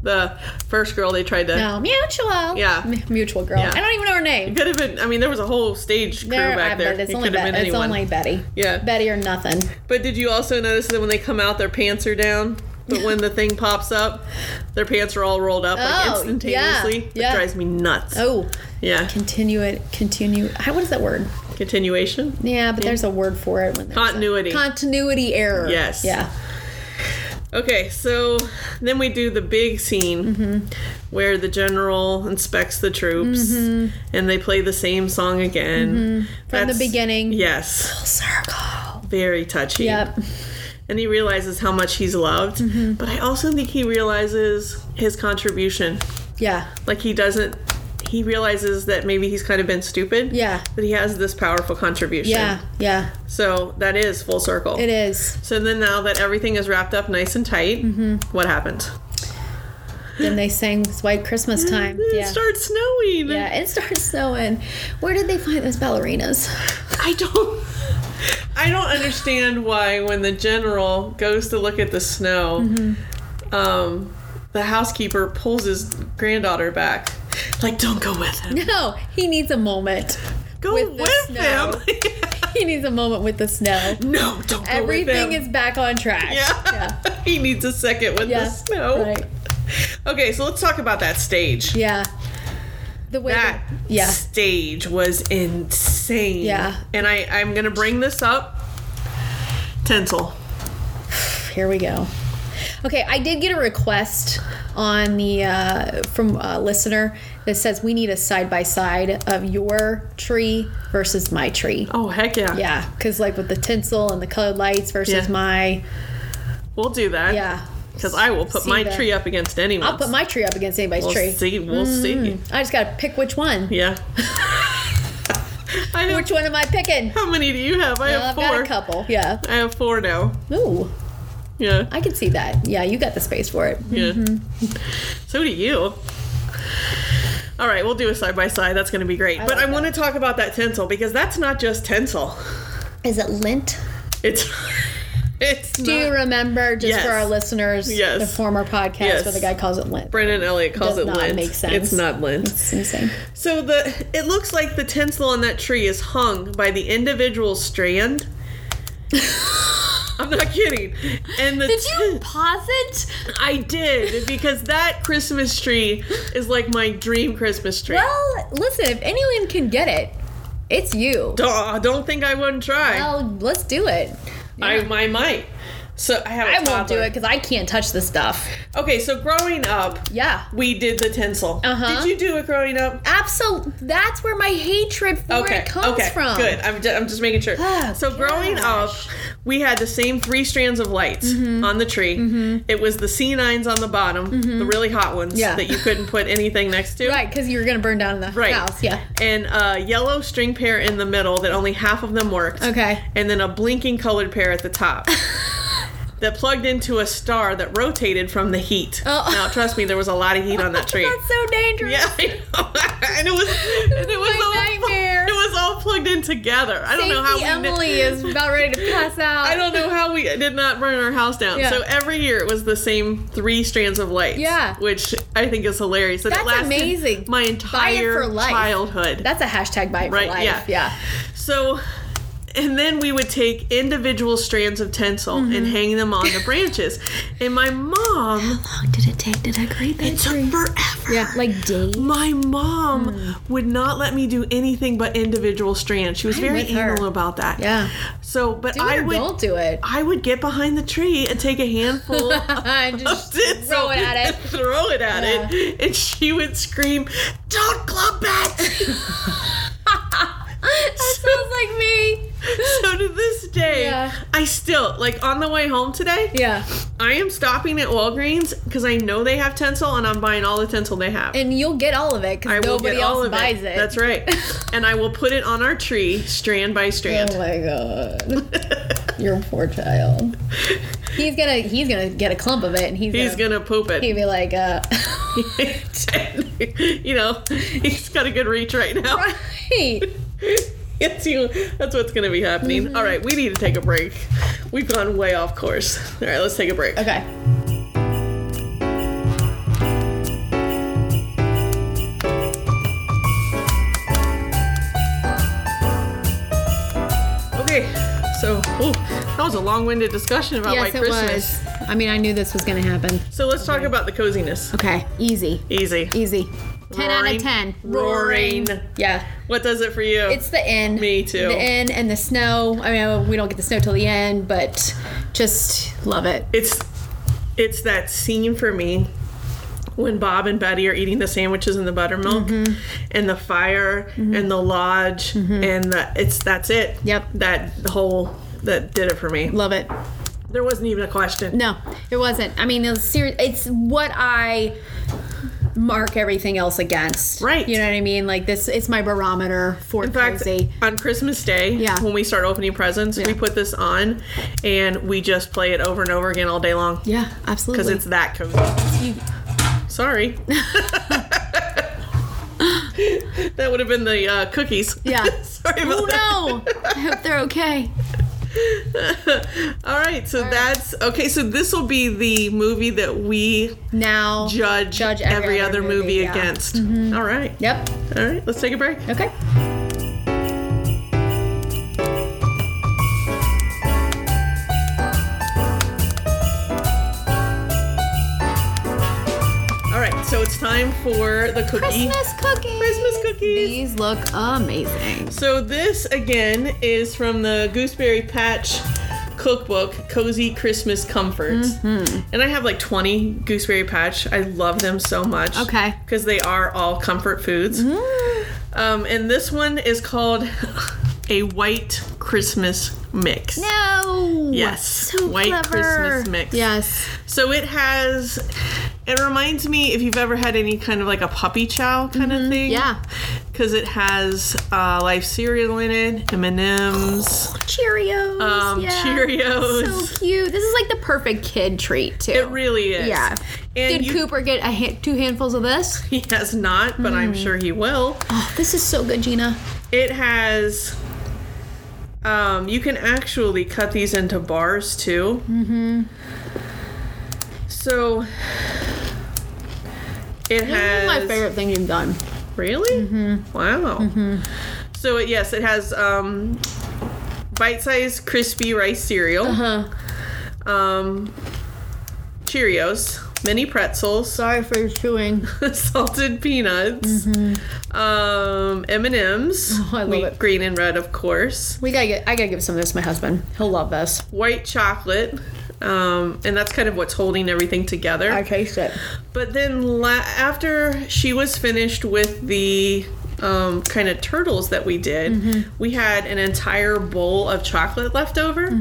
S2: the first girl they tried to.
S1: no, mutual.
S2: Yeah.
S1: M- mutual girl.
S2: Yeah.
S1: I don't even know her name.
S2: Could have been. I mean, there was a whole stage crew
S1: There- I
S2: back there.
S1: bet It's,
S2: it
S1: only,
S2: could have been
S1: Bet- it's
S2: anyone.
S1: only Betty.
S2: Yeah.
S1: Betty or nothing.
S2: But did you also notice that when they come out, their pants are down? But when the thing pops up, their pants are all rolled up like
S1: Oh,
S2: instantaneously.
S1: yeah,
S2: It
S1: yeah.
S2: drives me nuts.
S1: Oh,
S2: Yeah.
S1: continue it. Continue. How, what is that word?
S2: Continuation.
S1: Yeah, but there's a word for it. When there's a-
S2: Continuity.
S1: continuity error.
S2: Yes.
S1: Yeah.
S2: Okay, so then we do the big scene
S1: Mm-hmm.
S2: where the general inspects the troops and they play the same song again.
S1: Mm-hmm. From the
S2: That's-
S1: beginning.
S2: Yes,
S1: Circle.
S2: very touchy.
S1: Yep. Mm-hmm.
S2: And he realizes how much he's loved, but I also think he realizes his contribution.
S1: Yeah.
S2: Like he doesn't, he realizes that maybe he's kind of been stupid.
S1: Yeah.
S2: But he has this powerful contribution.
S1: Yeah. Yeah.
S2: So that is full circle.
S1: It is. Mm-hmm.
S2: So then now that everything is wrapped up nice and tight, what happens?
S1: Then they sang "It's White Christmas Time."
S2: It
S1: Yeah.
S2: starts snowing.
S1: Yeah, it starts snowing. Where did they find those ballerinas?
S2: I don't. I don't understand why when the general goes to look at the snow,
S1: Mm-hmm.
S2: um, the housekeeper pulls his granddaughter back. Like, don't go with him.
S1: No, he needs a moment.
S2: Go
S1: With
S2: with,
S1: the
S2: him.
S1: snow. He needs a moment with the snow.
S2: no, don't go
S1: Everything
S2: with him.
S1: is back on track.
S2: Yeah. he needs a second with
S1: Yeah.
S2: the snow.
S1: Right.
S2: Okay, so let's talk about that stage.
S1: Yeah. The way
S2: That
S1: the- yeah.
S2: stage was insane.
S1: Yeah.
S2: And I, I'm going to bring this up. Tinsel.
S1: Here we go. Okay, I did get a request on the uh, from a listener that says we need a side by side of your tree versus my tree.
S2: Oh, heck yeah.
S1: Yeah, because like with the tinsel and the colored lights versus
S2: Yeah.
S1: my
S2: We'll do that.
S1: yeah.
S2: Because I will put
S1: See
S2: my
S1: that.
S2: tree up against anyone's.
S1: I'll put my tree up against anybody's
S2: We'll
S1: tree. Mm.
S2: see. We'll see.
S1: I just gotta pick which one.
S2: Yeah. I have,
S1: Which one am I picking?
S2: how many do you have? I
S1: Well,
S2: have
S1: I've
S2: four.
S1: got a couple. Yeah.
S2: I have four now.
S1: Ooh,
S2: Yeah.
S1: I hmm. can see that. Yeah, you got the space for it.
S2: Yeah. So do you. All right, we'll do a side by side. That's going to be great. but
S1: like
S2: I want to talk about that tinsel because that's not just tinsel.
S1: Is it lint?
S2: It's it's
S1: Do you
S2: not-
S1: remember, just
S2: Yes.
S1: for our listeners,
S2: Yes.
S1: the former podcast
S2: Yes.
S1: where the guy calls it lint?
S2: Brendan Elliott calls
S1: Does
S2: it
S1: not
S2: lint.
S1: make sense.
S2: It's not lint.
S1: It's insane.
S2: So the it looks like the tinsel on that tree is hung by the individual strand. I'm not kidding. And the tin-
S1: pause it?
S2: I did because that Christmas tree is like my dream Christmas tree.
S1: Well, listen, if anyone can get it, it's you.
S2: Duh, I don't think I wouldn't try.
S1: Well, let's do it.
S2: I, I might. So I have. a
S1: I won't do
S2: toddler.
S1: it because I can't touch the stuff.
S2: Okay, so growing up,
S1: Yeah.
S2: we did the tinsel.
S1: Uh-huh.
S2: Did you do it growing up?
S1: Absol that's where my hatred for
S2: Okay.
S1: it comes
S2: okay.
S1: from.
S2: Good. I'm, ju- I'm just making sure.
S1: Ah,
S2: so growing up,
S1: gosh. Mm-hmm.
S2: we had the same three strands of lights on the tree. It was the C9s on the bottom, the really hot ones
S1: Yeah.
S2: that you couldn't put anything next to.
S1: Right, because you were gonna burn down the
S2: Right.
S1: house. Yeah.
S2: And a yellow string pair in the middle that only half of them worked.
S1: Okay.
S2: And then a blinking colored pair at the top. That plugged into a star that rotated from the heat.
S1: Oh.
S2: Now, trust me, there was a lot of heat on that tree.
S1: That's so dangerous.
S2: Yeah, I know. and it was and it was
S1: My
S2: all
S1: nightmare.
S2: it was all plugged in together. I don't know how
S1: Safety
S2: we kn-
S1: Emily is about ready to pass out.
S2: I don't know how we did not burn our house down.
S1: Yeah.
S2: So every year it was the same three strands of lights.
S1: Yeah.
S2: which I think is hilarious. That it
S1: That's
S2: lasted
S1: amazing.
S2: My
S1: Buy it
S2: entire
S1: for life.
S2: childhood.
S1: That's a hashtag buy it
S2: Right,
S1: for life.
S2: yeah. so. And then we would take individual strands of tinsel and
S1: Mm-hmm.
S2: hang them on the branches. And my mom,
S1: How long did it take to decorate that
S2: it took forever.
S1: Yeah, like days.
S2: My mom
S1: Hmm.
S2: would not let me do anything but individual strands. She was
S1: I'm
S2: very
S1: with her.
S2: anal about that.
S1: Yeah.
S2: So, but
S1: Do it
S2: I
S1: or
S2: would
S1: don't do it.
S2: I would get behind the tree and take a handful of
S1: Just
S2: tinsel
S1: throw it at
S2: and
S1: it.
S2: throw it at it, and she would scream, "Don't clump it!"
S1: that sounds like me.
S2: so to this day,
S1: Yeah.
S2: I still like on the way home today.
S1: Yeah.
S2: I am stopping at Walgreens because I know they have tinsel, and I'm buying all the tinsel they have.
S1: And you'll get all of it
S2: I
S1: because
S2: will
S1: nobody
S2: get all
S1: else
S2: of
S1: buys it.
S2: That's right. and I will put it on our tree, strand by strand.
S1: Oh my god. Your poor child. He's gonna he's gonna get a clump of it and he's,
S2: He's
S1: gonna,
S2: gonna poop
S1: he'll
S2: it.
S1: be like, uh
S2: you know, he's got a good reach right now.
S1: right.
S2: It's you. That's what's gonna be happening.
S1: Mm-hmm.
S2: All right, we need to take a break. We've gone way off course. All right, let's take a break.
S1: Okay.
S2: Okay. So, ooh, that was a long-winded discussion about
S1: Yes,
S2: white
S1: it
S2: Christmas.
S1: was. I mean, I knew this was gonna happen.
S2: So let's talk about the coziness.
S1: Okay, E easy,
S2: Easy.
S1: easy. Ten out
S2: Roaring.
S1: of ten.
S2: Roaring.
S1: Yeah,
S2: What does it for you?
S1: it's the end.
S2: Me too.
S1: The end and the snow. I mean, we don't get the snow till the end, but just love it.
S2: It's it's that scene for me when Bob and Betty are eating the sandwiches and the buttermilk
S1: Mm-hmm.
S2: and the fire and the lodge and the it's that's it.
S1: Yep.
S2: That whole that did it for me.
S1: Love it.
S2: There wasn't even a question.
S1: No, it wasn't. I mean, it was seri- it's what I mark everything else against.
S2: Right.
S1: You know what I mean? Like this, it's my barometer for
S2: In fact,
S1: cozy.
S2: on Christmas Day,
S1: Yeah.
S2: when we start opening presents,
S1: Yeah.
S2: we put this on and we just play it over and over again all day long
S1: Yeah,
S2: because
S1: absolutely.
S2: it's that cozy.
S1: You-
S2: sorry. that would have been the uh, cookies.
S1: Yeah.
S2: sorry about
S1: Oh
S2: that.
S1: no! I hope they're okay.
S2: All right, so that's okay. So this will be the movie that we
S1: Now
S2: judge,
S1: Judge
S2: every, other movie,
S1: yeah. Mm-hmm.
S2: against. All right.
S1: Yep.
S2: All right, let's take a break.
S1: Okay.
S2: All right, so it's time for the cookie.
S1: Christmas cookies.
S2: Christmas cookies.
S1: These look amazing.
S2: So this again is from the Gooseberry Patch cookbook, Cozy Christmas Comforts.
S1: Mm-hmm.
S2: And I have like 20 Gooseberry Patch. I love them so much.
S1: Okay. Mm-hmm.
S2: Because they are all comfort foods. Um, and this one is called a white Christmas mix.
S1: No.
S2: Yes.
S1: So
S2: White
S1: clever.
S2: Christmas mix.
S1: Yes.
S2: So it has. It reminds me if you've ever had any kind of like a puppy chow kind of thing.
S1: Mm-hmm. Yeah.
S2: Because it has uh, life cereal in it, M and M's.
S1: Cheerios.
S2: Um,
S1: Oh, yeah.
S2: Cheerios.
S1: So cute. This is like the perfect kid treat too.
S2: It really is.
S1: Yeah.
S2: And
S1: Did
S2: you,
S1: Cooper get a ha- two handfuls of this?
S2: he has not, but
S1: Mm.
S2: I'm sure he will.
S1: Oh, this is so good, Gina.
S2: It has. Um, you can actually cut these into bars too. Mm-hmm. So it
S1: This is
S2: has
S1: my favorite thing you've done.
S2: Really?
S1: Mm-hmm.
S2: Wow. So it, yes, it has um, bite-sized crispy rice cereal,
S1: Huh.
S2: um, Cheerios, mini pretzels,
S1: Sorry for chewing.
S2: salted peanuts, um, M and M's,
S1: Mm-hmm. Oh, I love it.
S2: green and red, of course,
S1: We gotta get. I gotta give some of this to my husband. He'll love this.
S2: white chocolate. Um, and that's kind of what's holding everything together.
S1: taste it.
S2: But then la- after she was finished with the um, kind of turtles that we did,
S1: Mm-hmm.
S2: we had an entire bowl of chocolate left over.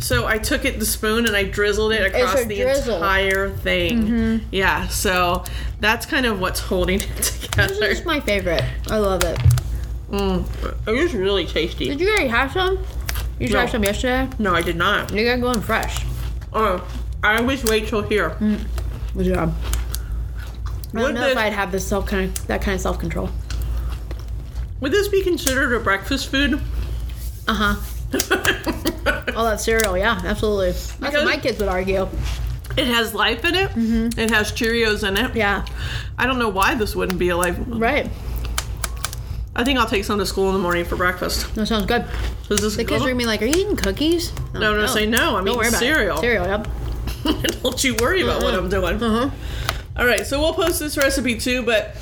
S2: So I took it the spoon and I drizzled it across
S1: Mm-hmm. a
S2: the
S1: drizzle. Mm-hmm.
S2: entire thing. Yeah, so that's kind of what's holding it
S1: This
S2: together.
S1: is my favorite. I love it.
S2: Mm. It was really tasty.
S1: Did you already have some? You tried
S2: No.
S1: some yesterday.
S2: No, I did not.
S1: You gotta go in fresh.
S2: Oh, I always wait till here.
S1: Good job. I
S2: Would
S1: don't Mm, know
S2: this-
S1: if I'd have this self kind of that kind of self control.
S2: Would this be considered a breakfast food?
S1: Uh huh. All that cereal, yeah, absolutely. That's
S2: Because-
S1: what my kids would argue.
S2: It has life in it.
S1: Mm-hmm.
S2: It has Cheerios in it.
S1: Yeah,
S2: I don't know why this wouldn't be alive.
S1: right.
S2: I think I'll take some to school in the morning for breakfast.
S1: That sounds good.
S2: Is this
S1: The kids are gonna be like, "Are you eating cookies?" I'm
S2: No,
S1: like,
S2: no, say no. I'm
S1: Don't
S2: eating
S1: worry about
S2: cereal.
S1: It. Cereal, yep.
S2: Don't you worry about what I'm doing.
S1: Uh huh.
S2: All right, so we'll post this recipe too, but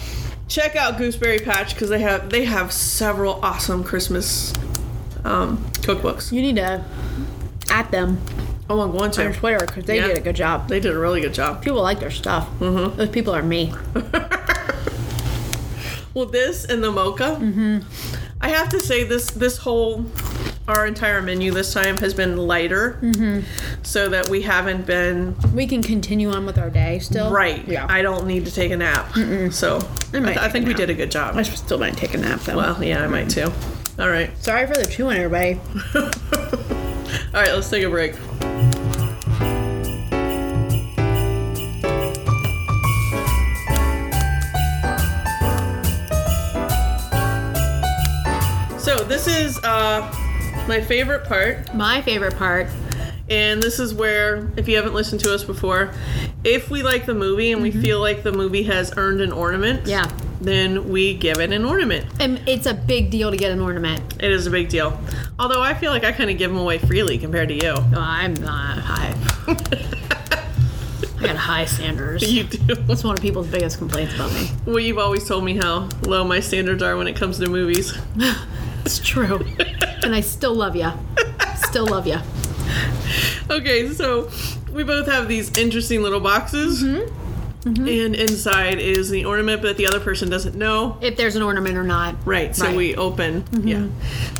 S2: check out Gooseberry Patch because they have they have several awesome Christmas um, cookbooks.
S1: You need to at them
S2: Oh, I'm going
S1: on
S2: to.
S1: Twitter because they
S2: Yeah.
S1: did a good job.
S2: They did a really good job.
S1: People like their stuff. Mm-hmm. Those people are me.
S2: Well, this and the mocha. Mm-hmm. I have to say this this whole our entire menu this time has been lighter, so that we haven't been
S1: We can continue on with our day still.
S2: Right.
S1: Yeah.
S2: I don't need to take a nap. So I,
S1: might take
S2: th- I
S1: a
S2: think we
S1: nap.
S2: did a good job.
S1: I still might take a nap though.
S2: Well, yeah, I might too. All right.
S1: Sorry for the chewing, everybody.
S2: All right, let's take a break. So this is uh, my favorite part.
S1: My favorite part.
S2: And this is where, if you haven't listened to us before, if we like the movie and we feel like the movie has earned an ornament,
S1: Mm-hmm. Yeah.
S2: then we give it an ornament.
S1: And it's a big deal to get an ornament.
S2: It is a big deal. Although I feel like I kind of give them away freely compared to you.
S1: Well, Oh, I'm not high. I got high standards.
S2: You do.
S1: That's one of people's biggest complaints about me.
S2: Well, you've always told me how low my standards are when it comes to movies.
S1: It's true. and I still love you. Still love you.
S2: Okay, so we both have these interesting little boxes.
S1: Mm-hmm.
S2: And inside is the ornament, but the other person doesn't know.
S1: If there's an ornament or not.
S2: Right, so
S1: Right. Mm-hmm.
S2: we open. Yeah.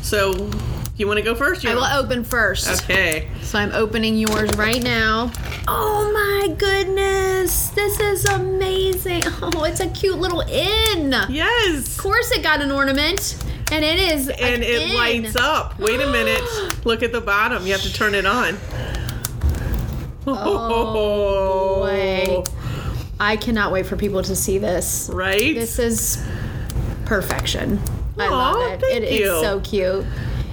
S2: So, you want to go first? You
S1: I will
S2: want-
S1: open first.
S2: Okay.
S1: So I'm opening yours right now. Oh my goodness. This is amazing. Oh, it's a cute little inn.
S2: Yes.
S1: Of course it got an ornament. And it is.
S2: And it lights up. Wait a minute. Look at the bottom. You have to turn it on.
S1: Oh, boy. I cannot wait for people to see this.
S2: Right?
S1: This is perfection. I
S2: Aw,
S1: love it. It
S2: thank
S1: is
S2: you.
S1: so cute.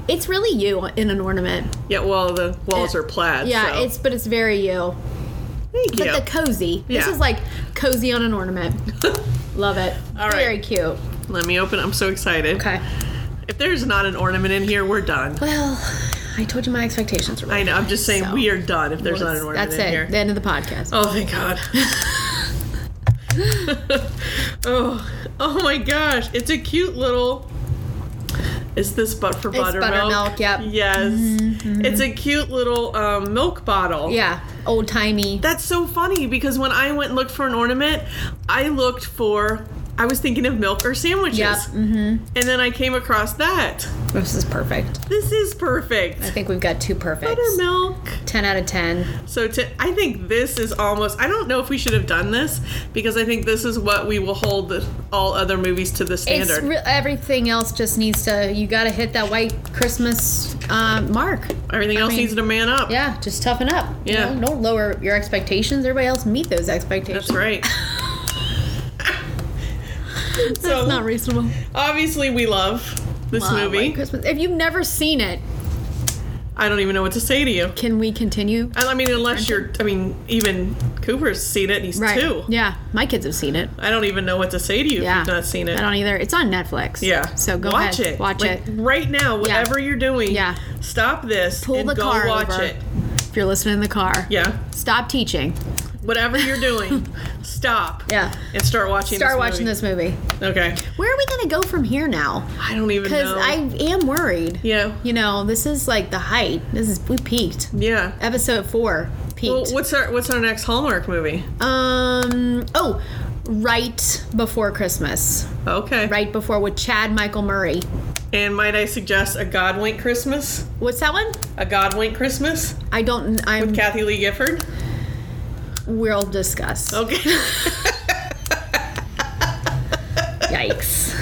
S1: It's really you in an ornament.
S2: yeah, well, the walls are plaid.
S1: Yeah,
S2: so.
S1: it's but it's very you.
S2: Thank
S1: But
S2: you.
S1: the cozy. This
S2: Yeah.
S1: is like cozy on an ornament. love it.
S2: All right.
S1: Very cute.
S2: Let me open. I'm so excited.
S1: Okay.
S2: If there's not an ornament in here, we're done.
S1: Well, I told you my expectations were.
S2: I know. I'm just saying
S1: So-
S2: we are done if there's not an ornament
S1: That's
S2: in
S1: it.
S2: here.
S1: The end of the podcast.
S2: Oh, thank God. oh, oh my gosh! It's a cute little. Is this but for buttermilk?
S1: buttermilk, yep. Mm-hmm.
S2: Yes. It's a cute little um, milk bottle.
S1: Yeah, old timey.
S2: That's so funny because when I went and looked for an ornament, I looked for. I was thinking of milk or sandwiches.
S1: Yep. Mm-hmm.
S2: And then I came across that.
S1: This is perfect.
S2: This is perfect.
S1: I think we've got two perfects.
S2: Buttermilk.
S1: Ten out of ten.
S2: So to, I think this is almost. I don't know if we should have done this because I think this is what we will hold the, all other movies to the
S1: It's
S2: standard.
S1: re- everything else just needs to. You got to hit that white Christmas um, mark.
S2: Everything
S1: I
S2: else
S1: mean,
S2: needs to man up.
S1: Yeah, just toughen up. You
S2: Yeah.
S1: know, don't lower your expectations. Everybody else meet those expectations.
S2: That's right. so
S1: That's not reasonable.
S2: obviously we love this
S1: Wow, White
S2: movie.
S1: Christmas. If you've never seen it,
S2: I don't even know what to say to you.
S1: can we continue?
S2: I I mean, unless you're. I mean, even Cooper's seen it. And he's
S1: Right.
S2: two.
S1: Yeah, my kids have seen it.
S2: I don't even know what to say to you
S1: Yeah.
S2: if you've not seen it.
S1: I don't either. It's on Netflix.
S2: Yeah.
S1: So go
S2: watch
S1: ahead.
S2: it.
S1: Watch
S2: Like,
S1: it.
S2: right now. Whatever you're doing.
S1: Yeah.
S2: Stop this
S1: Pull
S2: and
S1: the
S2: go
S1: car
S2: watch
S1: over.
S2: it.
S1: If you're listening in the car.
S2: Yeah.
S1: Stop teaching.
S2: Whatever you're doing, stop.
S1: Yeah.
S2: And start watching.
S1: Start
S2: this
S1: watching
S2: movie.
S1: this movie.
S2: Okay.
S1: Where are we going to go from here now?
S2: I don't even
S1: Because
S2: know.
S1: I am worried.
S2: Yeah.
S1: You know, this is like the height. This is we peaked.
S2: Yeah.
S1: Episode four
S2: Well,
S1: peaked.
S2: what's our What's our next Hallmark movie?
S1: um. Oh, right before Christmas.
S2: Okay.
S1: Right before with Chad Michael Murray.
S2: And might I suggest a God Wink Christmas?
S1: What's that one?
S2: A God Wink Christmas
S1: I don't. I'm.
S2: with Kathy Lee Gifford.
S1: we'll discuss.
S2: Okay.
S1: Yikes.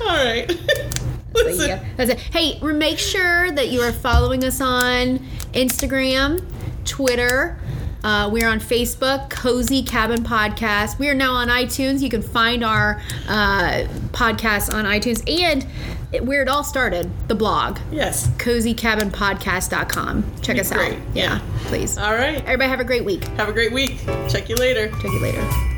S2: All right.
S1: But
S2: Listen.
S1: yeah, that's it. Hey, re- make sure that you are following us on Instagram, Twitter. Uh, we're on Facebook, Cozy Cabin Podcast. We are now on iTunes. You can find our uh, podcast on iTunes and it- where it all started, the blog,
S2: Yes.
S1: cozycabinpodcast.com. Check us
S2: Great.
S1: out. Yeah, please.
S2: All right.
S1: Everybody have a great week.
S2: Have a great week. Check you later.
S1: Check you later.